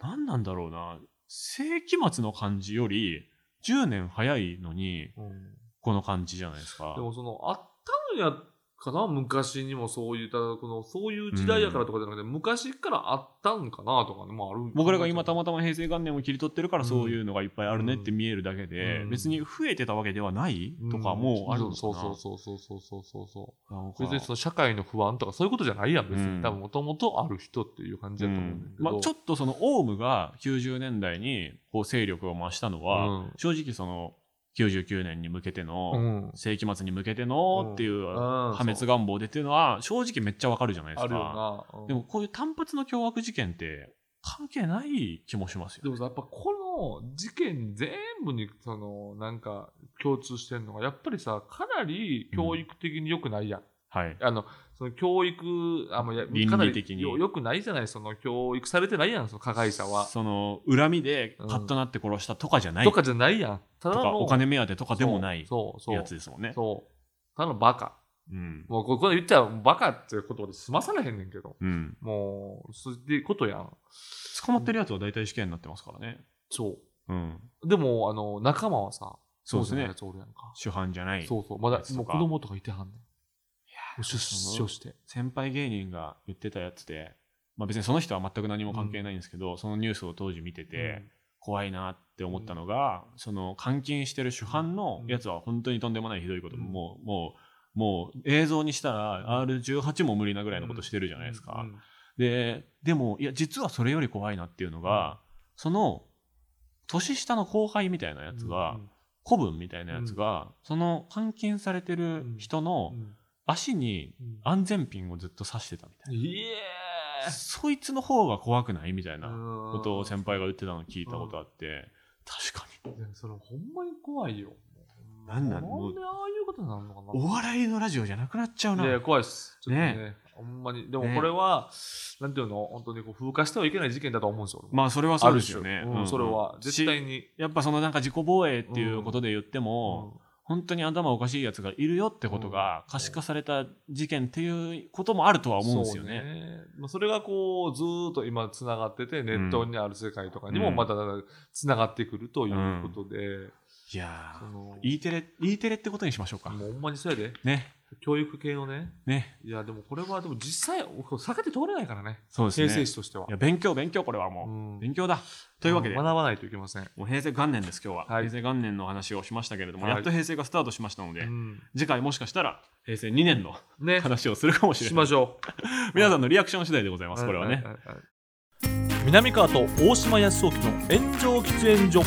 Speaker 2: 何なんだろうな世紀末の感じより10年早いのに
Speaker 3: うんで
Speaker 2: この感じじゃないですか
Speaker 3: もその、あったのやかな、昔にもそういう、ただこの、そういう時代やからとかじゃなくて、昔からあったんかなとかね、まああるんかな
Speaker 2: 僕らが今たまたま平成元年を切り取ってるからそういうのがいっぱいあるねって見えるだけで、
Speaker 3: うん
Speaker 2: 別に増えてたわけではない
Speaker 3: うん
Speaker 2: とかもあるのかな、
Speaker 3: そうそうそうそうそうそうそうそう。
Speaker 2: なんか
Speaker 3: 別にその社会の不安とかそういうことじゃないやん、別に。
Speaker 2: うん
Speaker 3: 多分もともとある人っていう感じだと思うんだけど。
Speaker 2: まあ、ちょっとそのオウムが90年代にこう勢力を増したのは、
Speaker 3: うん
Speaker 2: 正直その99年に向けての、
Speaker 3: うん
Speaker 2: 世紀末に向けてのっていう
Speaker 3: うん
Speaker 2: 破滅願望でっていうのは正直めっちゃわかるじゃないで
Speaker 3: あ
Speaker 2: す
Speaker 3: る
Speaker 2: か。
Speaker 3: よな。うん
Speaker 2: でもこういう単発の凶悪事件って関係ない気もします
Speaker 3: で
Speaker 2: よ。
Speaker 3: もさ、やっぱこの事件全部に、その、なんか、共通してるのが、やっぱりさ、かなり教育的に良くないやん。
Speaker 2: はい。
Speaker 3: あの、その教育、あもうや
Speaker 2: 倫理
Speaker 3: かなり
Speaker 2: 的に
Speaker 3: よ良くないじゃない、その教育されてないやん、その加害者は。
Speaker 2: その恨みでカッとなって殺したとかじゃない、
Speaker 3: と
Speaker 2: と
Speaker 3: かじゃないやん。ただ
Speaker 2: か
Speaker 3: の、
Speaker 2: お金目当てとかでもない
Speaker 3: そうそう
Speaker 2: やつ
Speaker 3: そう。
Speaker 2: ですもんね。
Speaker 3: そう。ただのバカ。
Speaker 2: うん。
Speaker 3: もう、ここで言っちゃう、バカっていうことで済まされへんねんけど。
Speaker 2: うん。
Speaker 3: もう、そういうことやん。
Speaker 2: 捕まってるやつは大体死刑になってますからね。
Speaker 3: そ
Speaker 2: うん。
Speaker 3: う。でも、あの、仲間はさ、
Speaker 2: そうです
Speaker 3: じゃない
Speaker 2: ね
Speaker 3: や。つおるやんか。
Speaker 2: 主犯じゃない。
Speaker 3: そうそう。まだ
Speaker 2: や、つ
Speaker 3: も
Speaker 2: と
Speaker 3: う
Speaker 2: か
Speaker 3: 子供とかいてはんねん。出
Speaker 2: そ
Speaker 3: 所
Speaker 2: の
Speaker 3: して。
Speaker 2: 先輩芸人が言ってたやつで、まあ、別にその人は全く何も関係ないんですけど、そのニュースを当時見てて怖いなって思ったのが、その監禁してる主犯のやつは本当にとんでもないひどいこと、
Speaker 3: うん
Speaker 2: もうもうもう映像にしたら R18 も無理なぐらいのことしてるじゃないですか、
Speaker 3: うん
Speaker 2: ででもいや実はそれより怖いなっていうのが、その年下の後輩みたいなやつが、古文みたいなやつが、その監禁されてる人
Speaker 3: うん
Speaker 2: の
Speaker 3: うん
Speaker 2: 足に
Speaker 3: うん
Speaker 2: 安全ピンをずっと刺してたみたい
Speaker 3: いえ
Speaker 2: な、そいつの方が怖くないみたいな
Speaker 3: こ
Speaker 2: ことを先輩が言ってたのを聞いたことあって、確かに
Speaker 3: いやそれほんまに怖いよ。
Speaker 2: なんなんも
Speaker 3: も
Speaker 2: う
Speaker 3: うでああいうことになるのかな
Speaker 2: お笑いのラジオじゃなくなっちゃうない
Speaker 3: やいや怖いです。ちょっとね
Speaker 2: ね
Speaker 3: ほんまに。でも
Speaker 2: ね
Speaker 3: これは、なんていうの、本当にこう風化してはいけない事件だと思うんですよ。
Speaker 2: まあそれはそうですよね
Speaker 3: ある種うんそれは、絶対
Speaker 2: し
Speaker 3: に。
Speaker 2: やっぱそのなんか自己防衛っていうことで言っても、
Speaker 3: うん
Speaker 2: 本当に頭おかしいやつがいるよってことが可視化された事件っていうこともあるとは思うんですよね。
Speaker 3: そうまあ、それがこうずーっと今つながっててネットにある世界とかにも
Speaker 2: うん
Speaker 3: またつながってくるということで、
Speaker 2: いや
Speaker 3: その
Speaker 2: ー、E テレ、E テレってことにしましょうか。
Speaker 3: もうほんまにそうやで
Speaker 2: ね、
Speaker 3: 教育系のね
Speaker 2: ね、
Speaker 3: いやでもこれはでも実際避けて通れないからね
Speaker 2: そうですね。
Speaker 3: 平成史としてはい
Speaker 2: や、勉強、勉強、これはもう。
Speaker 3: うん
Speaker 2: 勉強だ。というわけで、
Speaker 3: 学ばないといけません、
Speaker 2: もう平成元年です、今日は、
Speaker 3: はい
Speaker 2: 平成元年の話をしましたけれども、
Speaker 3: はい
Speaker 2: やっと平成がスタートしましたので、
Speaker 3: うん
Speaker 2: 次回もしかしたら平成2年の
Speaker 3: ね
Speaker 2: 話をするかもしれ
Speaker 3: し
Speaker 2: な
Speaker 3: ま
Speaker 2: い。
Speaker 3: しょ
Speaker 2: (laughs) 皆さんのリアクション次第でございます、
Speaker 3: う
Speaker 2: これはね。
Speaker 3: いいい
Speaker 4: 南川と大島康雄の炎上喫煙所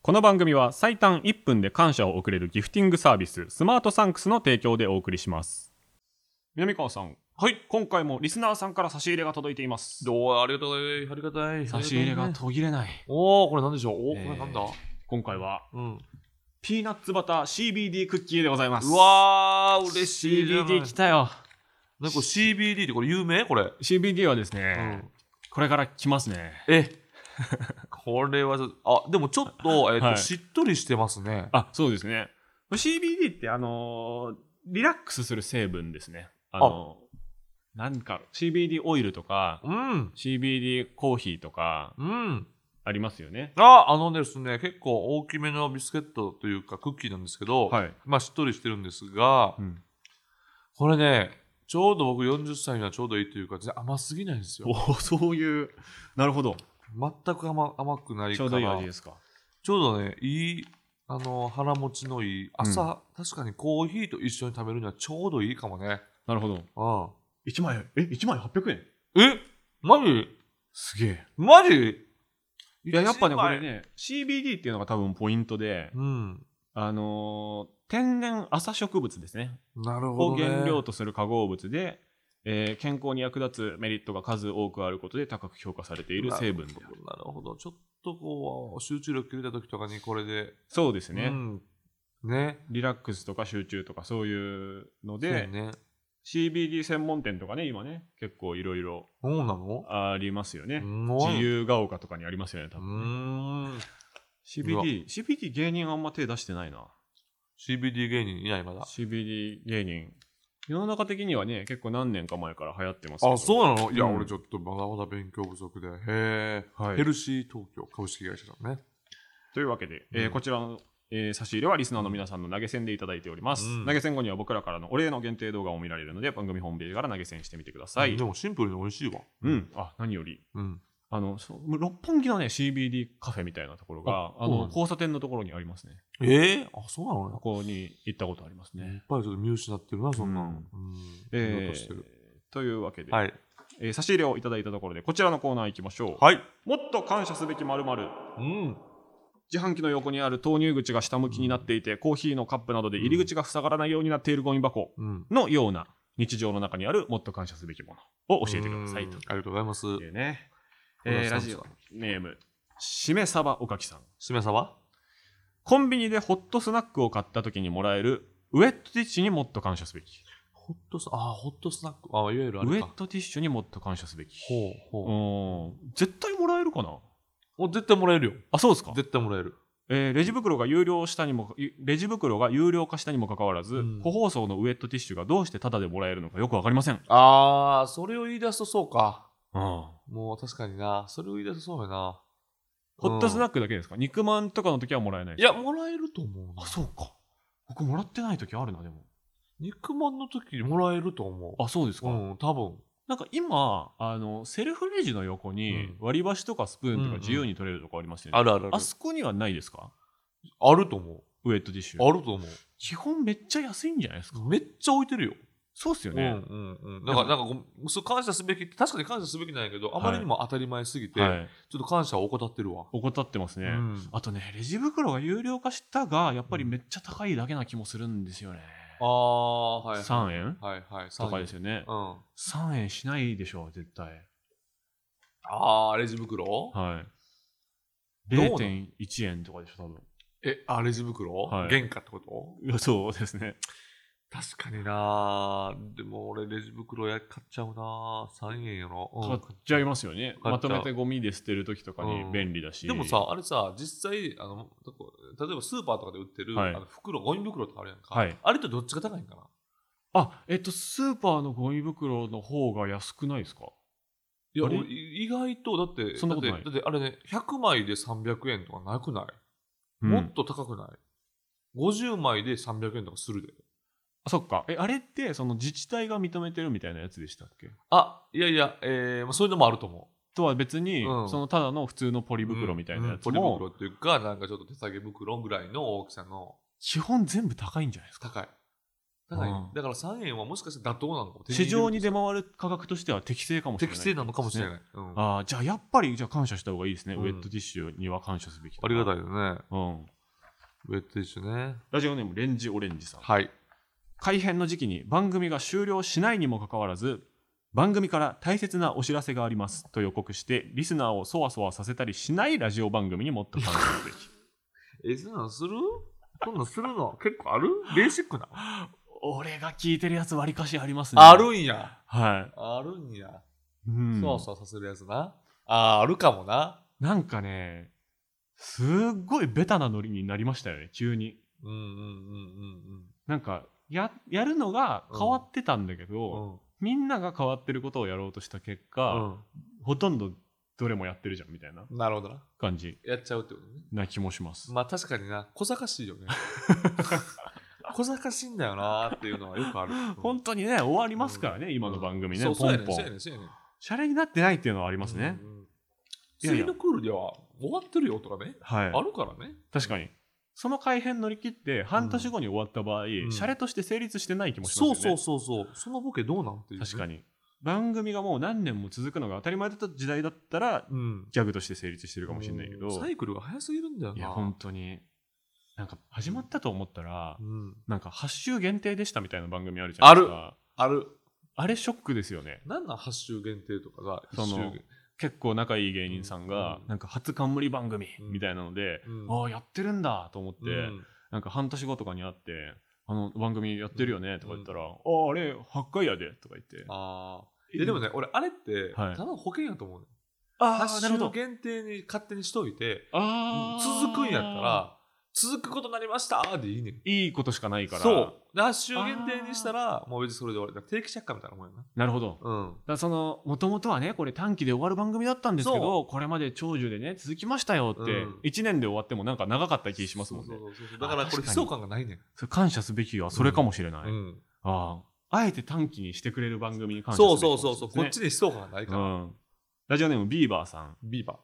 Speaker 2: この番組は最短1分で感謝を送れるギフティングサービススマートサンクスの提供でお送りします南川さんはい今回もリスナーさんから差し入れが届いています
Speaker 3: どうありがとうありがたい
Speaker 2: 差し入れが
Speaker 3: ありとうね
Speaker 2: 途切れない
Speaker 3: おおこれなんでしょうおおこ
Speaker 2: えー
Speaker 3: れなんだ、
Speaker 2: 今回は
Speaker 3: うん
Speaker 2: ピーナッツバター CBD クッキーでございます
Speaker 3: うわー嬉しいじゃない
Speaker 2: CBD 来たよ
Speaker 3: なんか CBD ってこれ有名これ、
Speaker 2: CBD はですね、
Speaker 3: うん
Speaker 2: これから来ますね
Speaker 3: え (laughs) これはちょっとあでもちょっと,、えっと
Speaker 2: はい
Speaker 3: しっとりしてますね
Speaker 2: あそうですね CBD ってあのーリラックスする成分ですねあのーなんか CBD オイルとか
Speaker 3: うん
Speaker 2: CBD コーヒーとか
Speaker 3: うん
Speaker 2: ありますよね。
Speaker 3: ああのですね結構大きめのビスケットというかクッキーなんですけど、
Speaker 2: はい
Speaker 3: まあしっとりしてるんですが、
Speaker 2: うん
Speaker 3: これねちょうど僕40歳にはちょうどいいというか全然甘すぎないんですよ
Speaker 2: おそういう、なるほど。
Speaker 3: 全く甘甘くないから
Speaker 2: ちょうどいい味ですか。
Speaker 3: ちょうどねいいあの腹持ちのいい朝、確かにコーヒーと一緒に食べるにはちょうどいいかもね
Speaker 2: なるほど。
Speaker 3: うん
Speaker 2: 1枚、え、1枚800円
Speaker 3: えマジ
Speaker 2: すげえ。
Speaker 3: マジ
Speaker 2: いや、やっぱね、
Speaker 3: 一
Speaker 2: こ
Speaker 3: 枚
Speaker 2: れね、CBD っていうのが多分ポイントで、
Speaker 3: うん。
Speaker 2: あのー天然朝植物ですね。
Speaker 3: なる
Speaker 2: を
Speaker 3: ほど、ね。
Speaker 2: 原料とする化合物で、えー健康に役立つメリットが数多くあることで高く評価されている成分で
Speaker 3: なるほどなるほど。ちょっとこう、集中力切れた時とかにこれで。
Speaker 2: そうですね、
Speaker 3: うんね。
Speaker 2: リラックスとか集中とかそういうの
Speaker 3: そう
Speaker 2: で、
Speaker 3: ね。
Speaker 2: CBD 専門店とかね、今ね、結構いろいろ
Speaker 3: そうなの
Speaker 2: ありますよね。
Speaker 3: すごい
Speaker 2: 自由が丘とかにありますよね、多
Speaker 3: うー
Speaker 2: 分。
Speaker 3: ん。うわ
Speaker 2: CBD、CBD 芸人あんま手出してないな。
Speaker 3: CBD 芸人いない、まだ。
Speaker 2: CBD 芸人。世の中的にはね、結構何年か前から流行ってますけど。
Speaker 3: あ、そうなのいや、
Speaker 2: うん
Speaker 3: 俺ちょっとまだまだ勉強不足で。へえ、
Speaker 2: はい
Speaker 3: ヘルシー東京株式会社だね。
Speaker 2: というわけで、えー
Speaker 3: うん
Speaker 2: こちらの、えー差し入れはリスナーの皆さんの投げ銭でいただいております。
Speaker 3: うん
Speaker 2: 投げ銭後には僕らからのお礼の限定動画を見られるので、番組ホームページから投げ銭してみてください。
Speaker 3: でもシンプルに美味しいわ。
Speaker 2: うん。あ、何より。
Speaker 3: うん。
Speaker 2: あの、そう六本木のね、CBD カフェみたいなところが、あ
Speaker 3: そうな
Speaker 2: の、
Speaker 3: んだ
Speaker 2: 交差点のところにありますね。
Speaker 3: ええあ、そうなの
Speaker 2: ここに行ったことあります
Speaker 3: ね。いっ
Speaker 2: ね。
Speaker 3: ぱいちょっと見失ってるな、そんな
Speaker 2: うん
Speaker 3: の。うん。見よう
Speaker 2: え
Speaker 3: として
Speaker 2: ー
Speaker 3: る。、
Speaker 2: というわけで、
Speaker 3: はい。
Speaker 2: えー差し入れをいただいたところでこちらのコーナー行きましょう、
Speaker 3: はい。
Speaker 2: もっと感謝すべきまる
Speaker 3: うん。
Speaker 2: 自販機の横にある投入口が下向きになっていてコーヒーのカップなどで入り口が塞がらないようになっているゴミ箱
Speaker 3: うん。
Speaker 2: のような日常の中にあるもっと感謝すべきものを教えてくださいうと
Speaker 3: んありがとうございます。
Speaker 2: いうね、
Speaker 3: お願い
Speaker 2: えー
Speaker 3: し
Speaker 2: ラ
Speaker 3: ます
Speaker 2: ジオネームしめさばおかきさん
Speaker 3: しめさば
Speaker 2: コンビニでホットスナックを買った時にもらえるウェットティッシュにもっと感謝すべき
Speaker 3: ホットス、ああ、ホットスナック。ああ、いわゆるあ
Speaker 2: ウ
Speaker 3: れ
Speaker 2: ェ
Speaker 3: か
Speaker 2: ッ。トティッシュにもっと感謝すべき
Speaker 3: ほう
Speaker 2: うー
Speaker 3: ほ
Speaker 2: ん絶対もらえるかな
Speaker 3: う。お絶対もらえるよ。
Speaker 2: あそうですか
Speaker 3: 絶対もらえる。
Speaker 2: えーレジ袋が有料したにもいレジ袋が有料化したにもかかわらず、
Speaker 3: うん
Speaker 2: 個包装のウエットティッシュがどうしてタダでもらえるのかよくわかりません。
Speaker 3: ああ、それを言い出すとそうか。
Speaker 2: ホ
Speaker 3: もう確かにな。それを言い出すとそうやな。
Speaker 2: ットスナッ
Speaker 3: ク、
Speaker 2: クだけですか肉まんとかの時はもらえない
Speaker 3: いや、もらえると思うな
Speaker 2: あ、。そうか。僕もらってない時あるな、でも。
Speaker 3: 肉まんの時にもらえると思う。
Speaker 2: あ、そうですか。
Speaker 3: うん、多分。
Speaker 2: なんか今、あの、セルフレジの横
Speaker 3: う
Speaker 2: に
Speaker 3: ん
Speaker 2: 割り箸とかスプーンと
Speaker 3: うん
Speaker 2: か
Speaker 3: うん
Speaker 2: 自由に取れるとこありますよね。
Speaker 3: あるあるあ
Speaker 2: あ
Speaker 3: る。
Speaker 2: そこにはないですか
Speaker 3: あると思
Speaker 2: ウエットティッシ
Speaker 3: う。あ
Speaker 2: ュ。
Speaker 3: ると思う。
Speaker 2: 基本めっちゃ安いんじゃないですか
Speaker 3: めっちゃ置いてるよ。
Speaker 2: そうっすよ
Speaker 3: うんう
Speaker 2: ね。
Speaker 3: んうん。なんか、なんかごめん、そう感謝すべきって、確かに感謝すべきなんやけど、あまりにも当たり前すぎて、
Speaker 2: はい。
Speaker 3: ちょっと感謝を怠ってるわ。
Speaker 2: 怠ってますね。
Speaker 3: うん
Speaker 2: あとね、レジ袋が有料化したが、やっぱりめっちゃ高いだけな気もするんですよね。
Speaker 3: ああ、はい。
Speaker 2: 3円
Speaker 3: はいはい。
Speaker 2: とかですよね。
Speaker 3: うん。あ
Speaker 2: 3円しないでしょ、絶対。
Speaker 3: あー、レジ袋
Speaker 2: は
Speaker 3: どうなの
Speaker 2: 0.1円とかでしょ、多分 (laughs)
Speaker 3: え、あ、レジ袋、
Speaker 2: はい
Speaker 3: 原価ってこと
Speaker 2: いや。そうですね。
Speaker 3: 確かになでも俺レジ袋や買っちゃうな3円やろ。うん
Speaker 2: 買っちゃいますよね。
Speaker 3: 買っ
Speaker 2: ま
Speaker 3: ちゃ
Speaker 2: と
Speaker 3: う
Speaker 2: めてゴミで捨てるときとかに便利だし。
Speaker 3: でも、さ、あれさ、実際、あのどこ例えばスーパーとかで売ってる、
Speaker 2: はい
Speaker 3: あの袋、ゴミ袋とかあるやんか、
Speaker 2: はい
Speaker 3: あれとどっちが高いんかな
Speaker 2: あ、えっと、スーパーのゴミ袋の方が安くないですか
Speaker 3: いや
Speaker 2: あれ
Speaker 3: 俺意外と、だって、
Speaker 2: そんなこと
Speaker 3: だっ
Speaker 2: ない
Speaker 3: てだってあれね、100枚で300円とかなくない、もっと高くない ?50 枚で300円とかするで。
Speaker 2: あ、そっか。え、あれって、その自治体が認めてるみたいなやつでしたっけ
Speaker 3: あ、いやいや、えーまあ、そういうのもあると思
Speaker 2: とは別に、
Speaker 3: うん
Speaker 2: そのただの普通のポリ
Speaker 3: う。
Speaker 2: 袋みたいなやつ
Speaker 3: うんポリ
Speaker 2: も、
Speaker 3: 袋っていうか、なんかちょっと手提げ袋ぐらいの大きさの
Speaker 2: 基本全部高いんじゃないですか。
Speaker 3: 高い。高い、
Speaker 2: うん
Speaker 3: だから3円はもしかしたら妥当なのかも。
Speaker 2: 市場に出回る価格としては適正かもしれない。
Speaker 3: 適正なのかもしれない。うん
Speaker 2: ああ、じゃあやっぱり、じゃあ感謝した方がいいですね。
Speaker 3: うん
Speaker 2: ウェットティッシュには感謝すべきだ
Speaker 3: あ
Speaker 2: な
Speaker 3: りがたいよね。
Speaker 2: うん。
Speaker 3: ウェットティッシュね。
Speaker 2: ラジオネーム、レンジオレンジさん。
Speaker 3: はい。
Speaker 2: 改編の時期に番組が終了しないにもかかわらず番組から大切なお知らせがありますと予告してリスナーをそわそわさせたりしないラジオ番組にもっと感謝すべ
Speaker 3: (laughs)
Speaker 2: き
Speaker 3: え、そんなんするそんなんするの結構あるベーシックな。
Speaker 2: 俺が聞いてるやつわりかしありますね
Speaker 3: あるんや。
Speaker 2: は
Speaker 3: あるんや。
Speaker 2: い、うん
Speaker 3: そうそうさせるやつな。あー、あるかもな。
Speaker 2: なんかねすっごいベタなノリになりましたよね急に
Speaker 3: うんうんうんうん
Speaker 2: なんかややるのが変わってたんだけ
Speaker 3: う
Speaker 2: ど、
Speaker 3: ん。
Speaker 2: みんなが変わってることをやろうとした結果、
Speaker 3: うん。
Speaker 2: ほとんどどれもやってるじゃんみたいな
Speaker 3: うん。なるほどな。
Speaker 2: 感じ
Speaker 3: やっちゃうってことね。
Speaker 2: な気もします
Speaker 3: まあ確かにな、小賢し
Speaker 2: (laughs)
Speaker 3: いよね。小賢しいんだよなーっていうのはよくある。
Speaker 2: 本当にね終わりますからね、今の番組ね、
Speaker 3: そう
Speaker 2: ポ
Speaker 3: そうや
Speaker 2: ン
Speaker 3: ね
Speaker 2: ポン
Speaker 3: そうやねそうやね
Speaker 2: シャレになってないっていうのはありますね、
Speaker 3: うんうん
Speaker 2: いやいや
Speaker 3: 次のクールでは終わってるよとかね。あ
Speaker 2: はい
Speaker 3: るからね。
Speaker 2: 確かにその改編乗り切って半年後に終わった場合、
Speaker 3: ん
Speaker 2: シャレとして成立してない気もしますよ
Speaker 3: そう
Speaker 2: ね
Speaker 3: そうそうそう。そのボケどうなんっていうね。
Speaker 2: 確かに番組がもう何年も続くのが当たり前だった時代だったら
Speaker 3: うん。
Speaker 2: ギャグとして成立してるかもしれないけど、
Speaker 3: サイクルが早すぎるんだよな。
Speaker 2: いや本当になんか始まったと思ったら、
Speaker 3: うん。
Speaker 2: なんか8週限定でしたみたいな番組あるじゃないですか
Speaker 3: ある。
Speaker 2: あれショックですよね
Speaker 3: なんなん8週限定とかが
Speaker 2: そ
Speaker 3: 1週
Speaker 2: の
Speaker 3: 限
Speaker 2: 結構仲いい芸人さんが、
Speaker 3: うん
Speaker 2: なんか初冠番組
Speaker 3: うん
Speaker 2: みたいなので、
Speaker 3: うん
Speaker 2: ああやってるんだと思って、
Speaker 3: うん
Speaker 2: なんか半年後とかに会って「あの番組やってるよね」とか言ったら「あああれ8回やで」とか言って
Speaker 3: あーいやでもね、俺、あれって、
Speaker 2: はい
Speaker 3: ただの保険やと思うね。
Speaker 2: あ
Speaker 3: 8
Speaker 2: なるほ
Speaker 3: 週
Speaker 2: ど
Speaker 3: 限定に勝手にしといて、
Speaker 2: あー
Speaker 3: 続くんやったら、続くことになりましたでいいねん。
Speaker 2: いいことしかないから
Speaker 3: そう。で、8週限定にしたら、もう別にそれで終わりだ。定期着火みたいなもんやな。
Speaker 2: なるほどだか
Speaker 3: うん。
Speaker 2: らそのもともとはねこれ短期で終わる番組だったんですけどこれまで長寿でね続きましたよって、
Speaker 3: うん
Speaker 2: 1年で終わってもなんか長かった気しますもんね
Speaker 3: そ
Speaker 2: そうれ
Speaker 3: そうそうそうだから
Speaker 2: あ
Speaker 3: これ
Speaker 2: 確
Speaker 3: 悲
Speaker 2: かに
Speaker 3: 壮感がないねん。
Speaker 2: 感謝すべきはそれかもしれない、
Speaker 3: うん
Speaker 2: あああえて短期にしてくれる番組に関して
Speaker 3: そうそうそうそう、こっちに悲壮感がないか
Speaker 2: う
Speaker 3: ら。
Speaker 2: ん、ラジオネームビーバーさん
Speaker 3: ビーバー。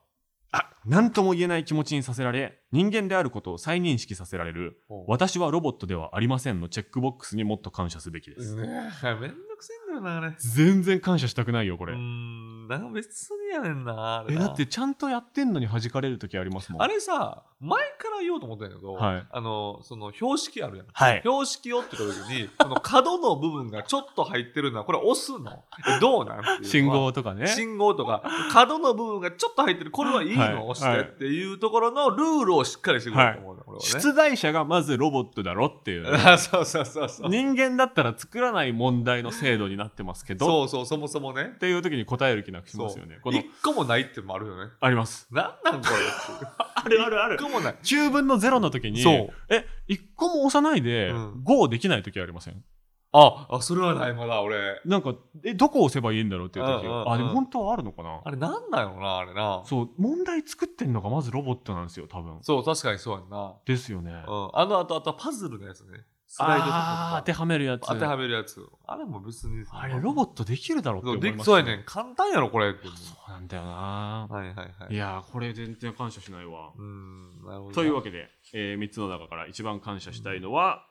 Speaker 2: 何とも言えない気持ちにさせられ人間であることを再認識させられる私はロボットではありませんのチェックボックスにもっと感謝すべきです、
Speaker 3: ねえめんどくせえんだよな、あれ。
Speaker 2: 全然感謝したくないよこ
Speaker 3: う
Speaker 2: れ、
Speaker 3: ーん、なんか別にやねんな、あれ
Speaker 2: え
Speaker 3: な。
Speaker 2: だってちゃんとやってんのに弾かれる時ありますもん
Speaker 3: あれさ、前から言おうと思ったんやけど、
Speaker 2: はい
Speaker 3: あの、その標識あるやん。
Speaker 2: はい
Speaker 3: 標識をって言った時に、 (laughs) この角の部分がちょっと入ってるのは、これ押すのえどうなんっていうの
Speaker 2: 信
Speaker 3: は
Speaker 2: 号とかね
Speaker 3: 信号とか、角の部分がちょっと入ってる、これはいい
Speaker 2: はい
Speaker 3: の押してっていうところのルールをしっかりしてくれると思うの、これはね。
Speaker 2: 出題者がまずロボットだろっていう
Speaker 3: あそうそう (laughs) そうそう。
Speaker 2: 人間だったら作らない問題の制度になってますけどっ
Speaker 3: そうそう、そもそもね。
Speaker 2: ていう時に答える気なくし
Speaker 3: そう。
Speaker 2: ますよねこの
Speaker 3: 一個もないってのもあるよね。
Speaker 2: あります
Speaker 3: なんなんこれっていう。
Speaker 2: (laughs) あるあるあ
Speaker 3: 一個もない。
Speaker 2: 9分の0の時に
Speaker 3: そう
Speaker 2: え1個も押さないで
Speaker 3: うん
Speaker 2: 5できない時ありません
Speaker 3: あ、あ、それはない、まだ俺。
Speaker 2: なんか、え、どこ押せばいいんだろうっていう時
Speaker 3: うんうんうん
Speaker 2: あ、でも本当はあるのかな
Speaker 3: あれなんなんやろな、あれな。
Speaker 2: そう、問題作ってんのがまずロボットなんですよ、多分。
Speaker 3: そう、確かにそうやんな。
Speaker 2: ですよね
Speaker 3: う。ん。あの、あと、あとパズルのやつね。スライドと
Speaker 2: あー当
Speaker 3: か
Speaker 2: てはめるやつ。
Speaker 3: 当てはめるやつ。あれも別に。
Speaker 2: あれ、ロボットできるだろうって
Speaker 3: そ
Speaker 2: 思
Speaker 3: う
Speaker 2: い
Speaker 3: で
Speaker 2: ます
Speaker 3: きそうやねん。簡単やろ、これ
Speaker 2: (laughs)
Speaker 3: って。
Speaker 2: そうなんだよな、
Speaker 3: はいはいはい。
Speaker 2: い、やー、これ全然感謝しないわ。
Speaker 3: うーん、なるほど。
Speaker 2: というわけで、え3つの中から一番感謝したいのは、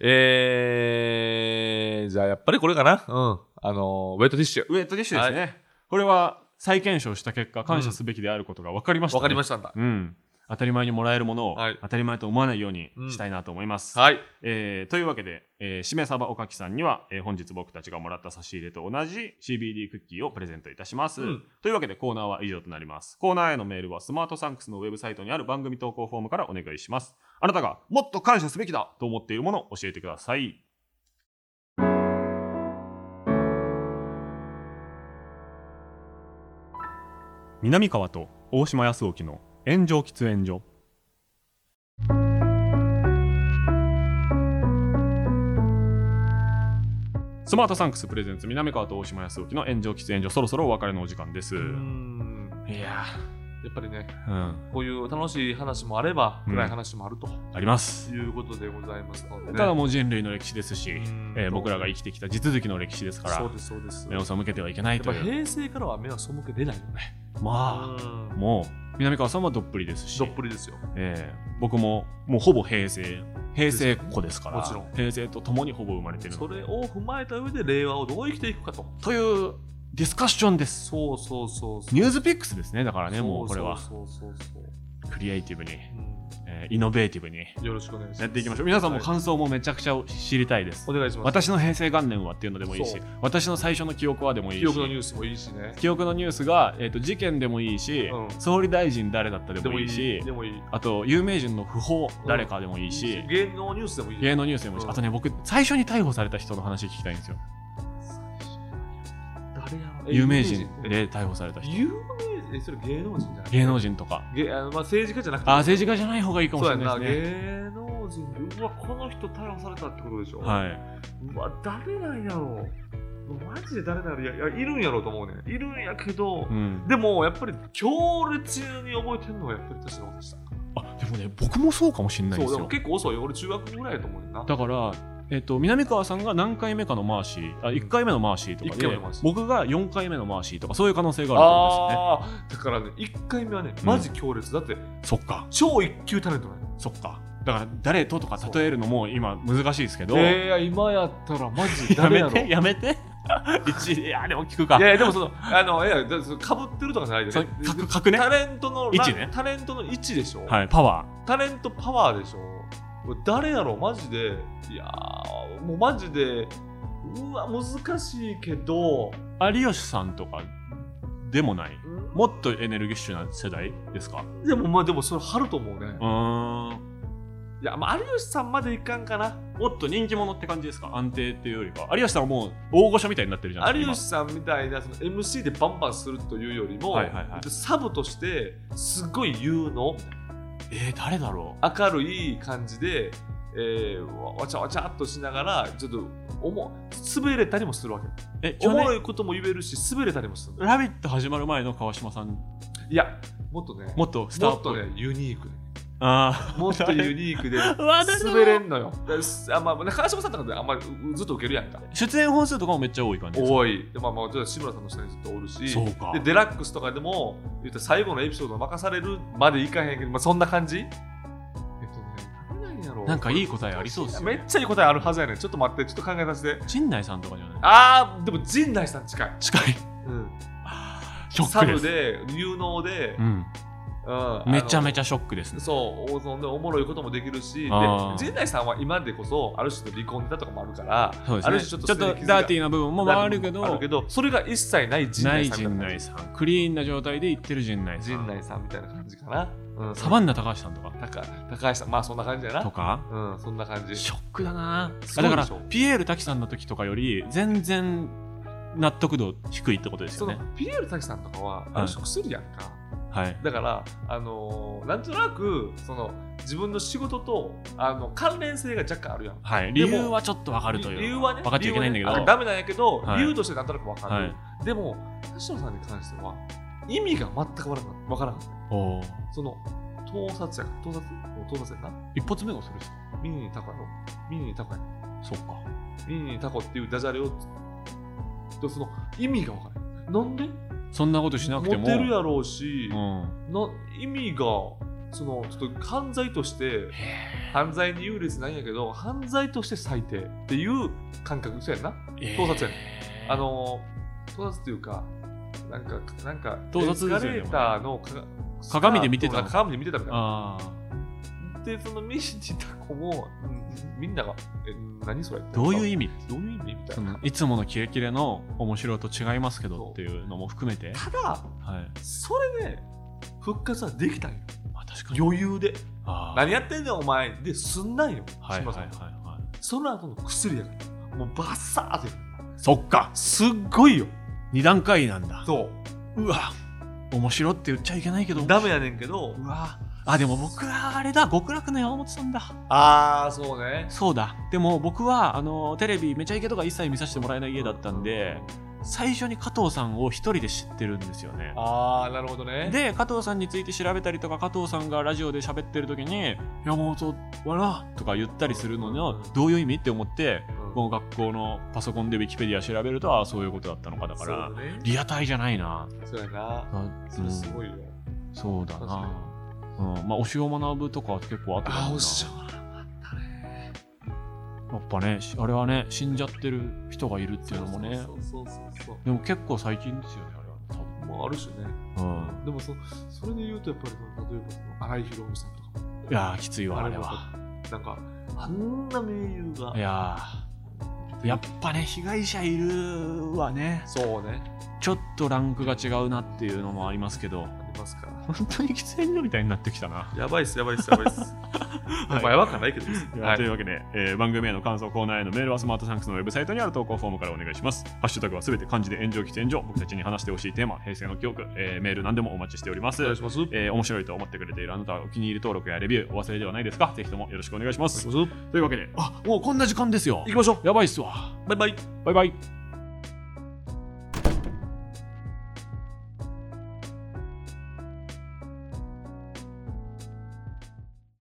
Speaker 3: えー、じゃあやっぱりこれかな。うん。あの、ウェットティッシュ。
Speaker 2: ウェットティッシュですね。これは再検証した結果、感謝すべきであることが分かりました、
Speaker 3: わかりま
Speaker 2: し
Speaker 3: したんだ。
Speaker 2: た。うん。当たり前にもらえるものを
Speaker 3: はい
Speaker 2: 当たり前と思わないようにしたいなと思います。
Speaker 3: はい。
Speaker 2: えーというわけで、えー、しめさばおかきさんには、えー本日僕たちがもらった差し入れと同じ CBD クッキーをプレゼントいたします、
Speaker 3: うん
Speaker 2: というわけでコーナーは以上となりますコーナーへのメールはスマートサンクスのウェブサイトにある番組投稿フォームからお願いしますあなたがもっと感謝すべきだと思っているものを教えてください南川と大島康沖の炎上喫煙所スマートサンクスプレゼンツ南川と大島康沖の炎上喫煙所そろそろお別れのお時間です、
Speaker 3: うん。
Speaker 2: いや
Speaker 3: やっぱりね、
Speaker 2: ーうん
Speaker 3: こういう楽しい話もあれば、
Speaker 2: うん
Speaker 3: 暗い話もあると
Speaker 2: あります
Speaker 3: いうことでございますので、ね。
Speaker 2: ただもう人類の歴史ですし、
Speaker 3: うん
Speaker 2: えー僕らが生きてきた地続きの歴史ですか
Speaker 3: そう
Speaker 2: ら
Speaker 3: です、そうです。
Speaker 2: 目を
Speaker 3: や
Speaker 2: 背けてはいけない
Speaker 3: っ
Speaker 2: と
Speaker 3: ぱ
Speaker 2: いう
Speaker 3: 平成からは目は背け出ないよね。
Speaker 2: まあ
Speaker 3: うん
Speaker 2: もう南川さんはどっぷりですし
Speaker 3: どっぷりですよ。
Speaker 2: えー僕ももうほぼ平成平成っ子ですから
Speaker 3: もちろん
Speaker 2: 平成とともにほぼ生まれてる
Speaker 3: それを踏まえた上で令和をどう生きていくかと。
Speaker 2: というディスカッションです
Speaker 3: そうそうそうそう。
Speaker 2: ニュースピックスですねだからねもうこれは
Speaker 3: そうそうそうそう
Speaker 2: クリエイティブに、
Speaker 3: う
Speaker 2: えーイノベーティブに
Speaker 3: んよろしくお願いします。
Speaker 2: やっていきましょう皆さんも
Speaker 3: はい
Speaker 2: 感想もめちゃくちゃ知りたいです
Speaker 3: お願いします。
Speaker 2: 私の平成元年はっていうのでもいいし
Speaker 3: そう
Speaker 2: 私の最初の記憶はでもいいし
Speaker 3: 記憶のニュースもいいしね。
Speaker 2: 記憶のニュースが、えー、と事件でもいいし、
Speaker 3: うん
Speaker 2: 総理大臣誰だったで
Speaker 3: で
Speaker 2: も
Speaker 3: も
Speaker 2: い
Speaker 3: い
Speaker 2: い
Speaker 3: い
Speaker 2: し
Speaker 3: し、でもいい。
Speaker 2: あと有名人の訃報
Speaker 3: うん
Speaker 2: 誰かでもいいし、
Speaker 3: 芸能ニュースでもいい。
Speaker 2: 芸能ニュースでもいいし、
Speaker 3: うん
Speaker 2: あとね僕最初に逮捕された人の話聞きたいんですよ
Speaker 3: 誰やろ
Speaker 2: 有名人で逮捕された人
Speaker 3: 有名人え、それ芸能人じゃない
Speaker 2: 芸能人とか
Speaker 3: 芸あのまあ政治家じゃなくて。
Speaker 2: あー政治家じゃない方がいいかもし
Speaker 3: そう
Speaker 2: れ
Speaker 3: やん
Speaker 2: ない
Speaker 3: な。
Speaker 2: ですね
Speaker 3: 芸能人で、うわ、この人逮捕されたってことでしょ。い。
Speaker 2: は
Speaker 3: うわ、誰なんやろマジで誰なんやろいや、いるんやろうと思うね。いるんやけど
Speaker 2: い、う、ん、
Speaker 3: でもやっぱり強烈に覚えてるのはやっぱり私のことでした。
Speaker 2: あでもね僕もそうかもしれないんです
Speaker 3: そう、でも
Speaker 2: よ
Speaker 3: 結構遅いよ。俺中学ぐらいやと思うねんな。
Speaker 2: だから、えっと南川さんが何回目かのマーシーあ
Speaker 3: うん
Speaker 2: 1回目のマーシーとか
Speaker 3: 一回目
Speaker 2: で
Speaker 3: のマーシー
Speaker 2: 僕が4回目のマーシーとかそういう可能性があ
Speaker 3: ああー、だからね、1回目はね、マジ強烈。だっ
Speaker 2: る
Speaker 3: て、
Speaker 2: ってことですねそっか
Speaker 3: 超一級タレントなんよ。
Speaker 2: そっかだから誰ととか例えるのも今難しいですけど、
Speaker 3: えー、今やったらマジ
Speaker 2: や
Speaker 3: 誰
Speaker 2: め
Speaker 3: やろ。
Speaker 2: て
Speaker 3: い
Speaker 2: やめて (laughs) 一いやでも聞くか
Speaker 3: やいや、でもその、あの、いや、だってかぶってるとかじゃないで
Speaker 2: そ
Speaker 3: ね
Speaker 2: う。格格ね
Speaker 3: タレントの
Speaker 2: 位置ね
Speaker 3: タレントの位置でしょ、
Speaker 2: はいパワ
Speaker 3: タレントパワーでしょこれ誰やろマジでいやーもうマジでうわ難しいけど
Speaker 2: ー有吉さんとかでもない
Speaker 3: うん
Speaker 2: もっとエネルギッシュな世代ですか
Speaker 3: でもまあでもそれ春と思うね
Speaker 2: う、ーん
Speaker 3: いやまあ有吉さんまでいかんかな
Speaker 2: もっと人気者って感じですか安定っていうよりか有吉さんはもう大御所みたいになってるじゃない
Speaker 3: 有
Speaker 2: で
Speaker 3: 吉
Speaker 2: すか
Speaker 3: さんみたいなその MC でバンバンするというよりも、
Speaker 2: はいはいはい
Speaker 3: サブとしてすごい有能
Speaker 2: 今えー、誰だろ
Speaker 3: 明るい感じで、えーわわちゃわちゃっとしながらちょっとおも滑れたりもするわけ
Speaker 2: うえ
Speaker 3: お
Speaker 2: 去
Speaker 3: も
Speaker 2: 年
Speaker 3: ろいことも言えるし滑れたりもする
Speaker 2: 「
Speaker 3: の
Speaker 2: ラビット!」始まる前の川島さん
Speaker 3: いやもっとね
Speaker 2: もっとスタ
Speaker 3: も
Speaker 2: ー
Speaker 3: っ
Speaker 2: っぽ
Speaker 3: と
Speaker 2: い
Speaker 3: ねユニークね
Speaker 2: ああ
Speaker 3: もっとユニー (laughs) クで
Speaker 2: 私も
Speaker 3: 滑れんのよだすあまあ川島さんとかであんまりうずっと受けるやんか
Speaker 2: 出演本数とかもめっちゃ多い感じですか
Speaker 3: 多いでまあまあちょっと志村さんの下にずっとおるし
Speaker 2: そうか
Speaker 3: でデラックスとかでも言ったら最後のエピソードを任されるまでいかへんけど、まあ、そんな感じえっとね何なんやろ
Speaker 2: なんかいい答えありそうですよね
Speaker 3: めっちゃいい答えあるはずやねんちょっと待ってちょっと考えさせて
Speaker 2: 陣内さんとかじゃない
Speaker 3: あーでも陣内さん近い、
Speaker 2: 近いショッ
Speaker 3: サ
Speaker 2: クで
Speaker 3: ブ
Speaker 2: す
Speaker 3: で有能で
Speaker 2: う、ん、
Speaker 3: うん
Speaker 2: めちゃめ
Speaker 3: ちゃ
Speaker 2: ちゃショックですね
Speaker 3: そう、おそんでおもろいこともできるし、で
Speaker 2: あー
Speaker 3: 陣内さんは今でこそ、ある種の離婚だとかもあるから、
Speaker 2: そうです
Speaker 3: あ
Speaker 2: ね
Speaker 3: る種ちょっと
Speaker 2: ちょっとダーティーな部分も回るけど
Speaker 3: あるけど、それが一切ない陣
Speaker 2: ない
Speaker 3: 内
Speaker 2: 陣
Speaker 3: さんみたいな感
Speaker 2: 内
Speaker 3: じ。
Speaker 2: さんクリーンな状態で言ってる陣内さ
Speaker 3: 陣
Speaker 2: ん
Speaker 3: 内さんみたいな感じかな。うん、
Speaker 2: サバンナ高橋さんとか
Speaker 3: 高高橋さん、まあそんな感じや
Speaker 2: と
Speaker 3: な。
Speaker 2: か
Speaker 3: うん、そんな感じ。
Speaker 2: ショックだな
Speaker 3: す
Speaker 2: あ
Speaker 3: ご
Speaker 2: だか
Speaker 3: いで
Speaker 2: ら
Speaker 3: しょ
Speaker 2: ピエール滝さんの時とかより全然納得度低いってことです
Speaker 3: そ
Speaker 2: よ
Speaker 3: の
Speaker 2: ね
Speaker 3: ピエール滝さんとかは、ある種薬やんか。
Speaker 2: はい
Speaker 3: だから、あのーなんとなく、その、自分の仕事と、あの、関連性が若干あるやん。
Speaker 2: はい理
Speaker 3: でも
Speaker 2: 由はちょっとわかるという
Speaker 3: 理由はね
Speaker 2: 分かっちゃいけないんだけど
Speaker 3: 理由はねあダメなんやけど、
Speaker 2: はい
Speaker 3: 理由としてなんとなくわかる、
Speaker 2: はい
Speaker 3: でも田代さんに関しては意味が全くわからなかったわからなかっ
Speaker 2: おー
Speaker 3: たその盗撮や盗撮もう盗撮やな
Speaker 2: 一発目がそれですか
Speaker 3: ミニにタコやろミニにタコやね
Speaker 2: そっか
Speaker 3: ミニにタコっていうダジャレをでその意味がわからないなんで
Speaker 2: そんなことしなくても
Speaker 3: モテるやろうし、
Speaker 2: うん
Speaker 3: な意味がそのちょっと犯罪として犯罪に優劣ないんやけど犯罪として最低っていう感覚そうやんな盗撮やね
Speaker 2: えー
Speaker 3: あの盗撮というか、なんか、なんか、
Speaker 2: 盗撮ですよね
Speaker 3: エスカレーターのか
Speaker 2: 鏡で見てたの
Speaker 3: そう鏡で見てたみたいな。
Speaker 2: ああ
Speaker 3: で、その見てた子も、 (laughs) うんみんなが、え、何それ
Speaker 2: どういう
Speaker 3: 味
Speaker 2: 意味
Speaker 3: どういう意味みたい
Speaker 2: そ
Speaker 3: な
Speaker 2: の。いつものキレキレの面白と違いますけどっていうのも含めて、
Speaker 3: ただ、
Speaker 2: はい
Speaker 3: それで、復活はできたんよ。
Speaker 2: まあ、確かに
Speaker 3: 余裕で。
Speaker 2: あー
Speaker 3: 何やってんだよ、お前。で、すんないよ。
Speaker 2: はい
Speaker 3: 島
Speaker 2: はい
Speaker 3: さ
Speaker 2: は
Speaker 3: ん
Speaker 2: いはい
Speaker 3: その後の薬やから。もうバッサーって。
Speaker 2: そっか
Speaker 3: すっごいよ。
Speaker 2: 二段階なんだ
Speaker 3: そう
Speaker 2: わ面白って言っちゃいけないけど
Speaker 3: う。ダメやねんけど。
Speaker 2: うわあでも僕はあれだ極楽の山本さんだ
Speaker 3: あー、そうね。
Speaker 2: そうだでも僕はあのテレビ「めちゃイケ」とか一切見させてもらえない家だったんで最初に加藤さんを一人で知ってるんですよね
Speaker 3: あー、なるほどね。
Speaker 2: で加藤さんについて調べたりとか加藤さんがラジオで喋ってる時に「山本笑とか言ったりするののどういう意味って思って
Speaker 3: うん
Speaker 2: この学校のパソコンでウィキペディア調べるとああそういうことだったのかだから
Speaker 3: そうね。
Speaker 2: リアタイじゃないな
Speaker 3: そうやな。
Speaker 2: あ
Speaker 3: それすごいよ。
Speaker 2: うんそうだ
Speaker 3: 確か
Speaker 2: なうんまあ推しを学ぶとかは結構あったもんなやっぱねしあれはね死んじゃってる人がいるっていうのもね
Speaker 3: そうそうそうそう
Speaker 2: でも結構最近ですよねあれは多分
Speaker 3: まあ、あるしね。
Speaker 2: うん
Speaker 3: でもそ、それで言うと、やっぱりその、例えばその、荒井宏美さんとかも
Speaker 2: いやーきついわあれは
Speaker 3: なんか、あんな名優が
Speaker 2: い、やーやっぱね被害者いるはね
Speaker 3: そうね、
Speaker 2: ちょっとランクが違うなっていうのもありますけど
Speaker 3: あります
Speaker 2: (laughs)
Speaker 3: から。
Speaker 2: 本当に喫煙所みたいになってきたな、
Speaker 3: やばいっす、やばいっす、やばいっす。まあ、やばくはないけどです。はい
Speaker 2: というわけで、えー番組への感想コーナーへのメールはスマートサンクスのウェブサイトにある投稿フォームからお願いしますハッシュタグはすべて漢字で炎上喫煙所僕たちに話してほしいテーマ平成の記憶、えーメール何でもお待ちしております
Speaker 3: お願いします。お願
Speaker 2: えー面白いと思ってくれているあなたはお気に入り登録やレビューお忘れではないですかぜひともよろしくお願いしま
Speaker 3: いし
Speaker 2: す
Speaker 3: ます。行
Speaker 2: というわけであもうこんな時間ですよ
Speaker 3: きましょ
Speaker 2: やばいっすわ
Speaker 3: う。バイバイ。
Speaker 2: バイバイ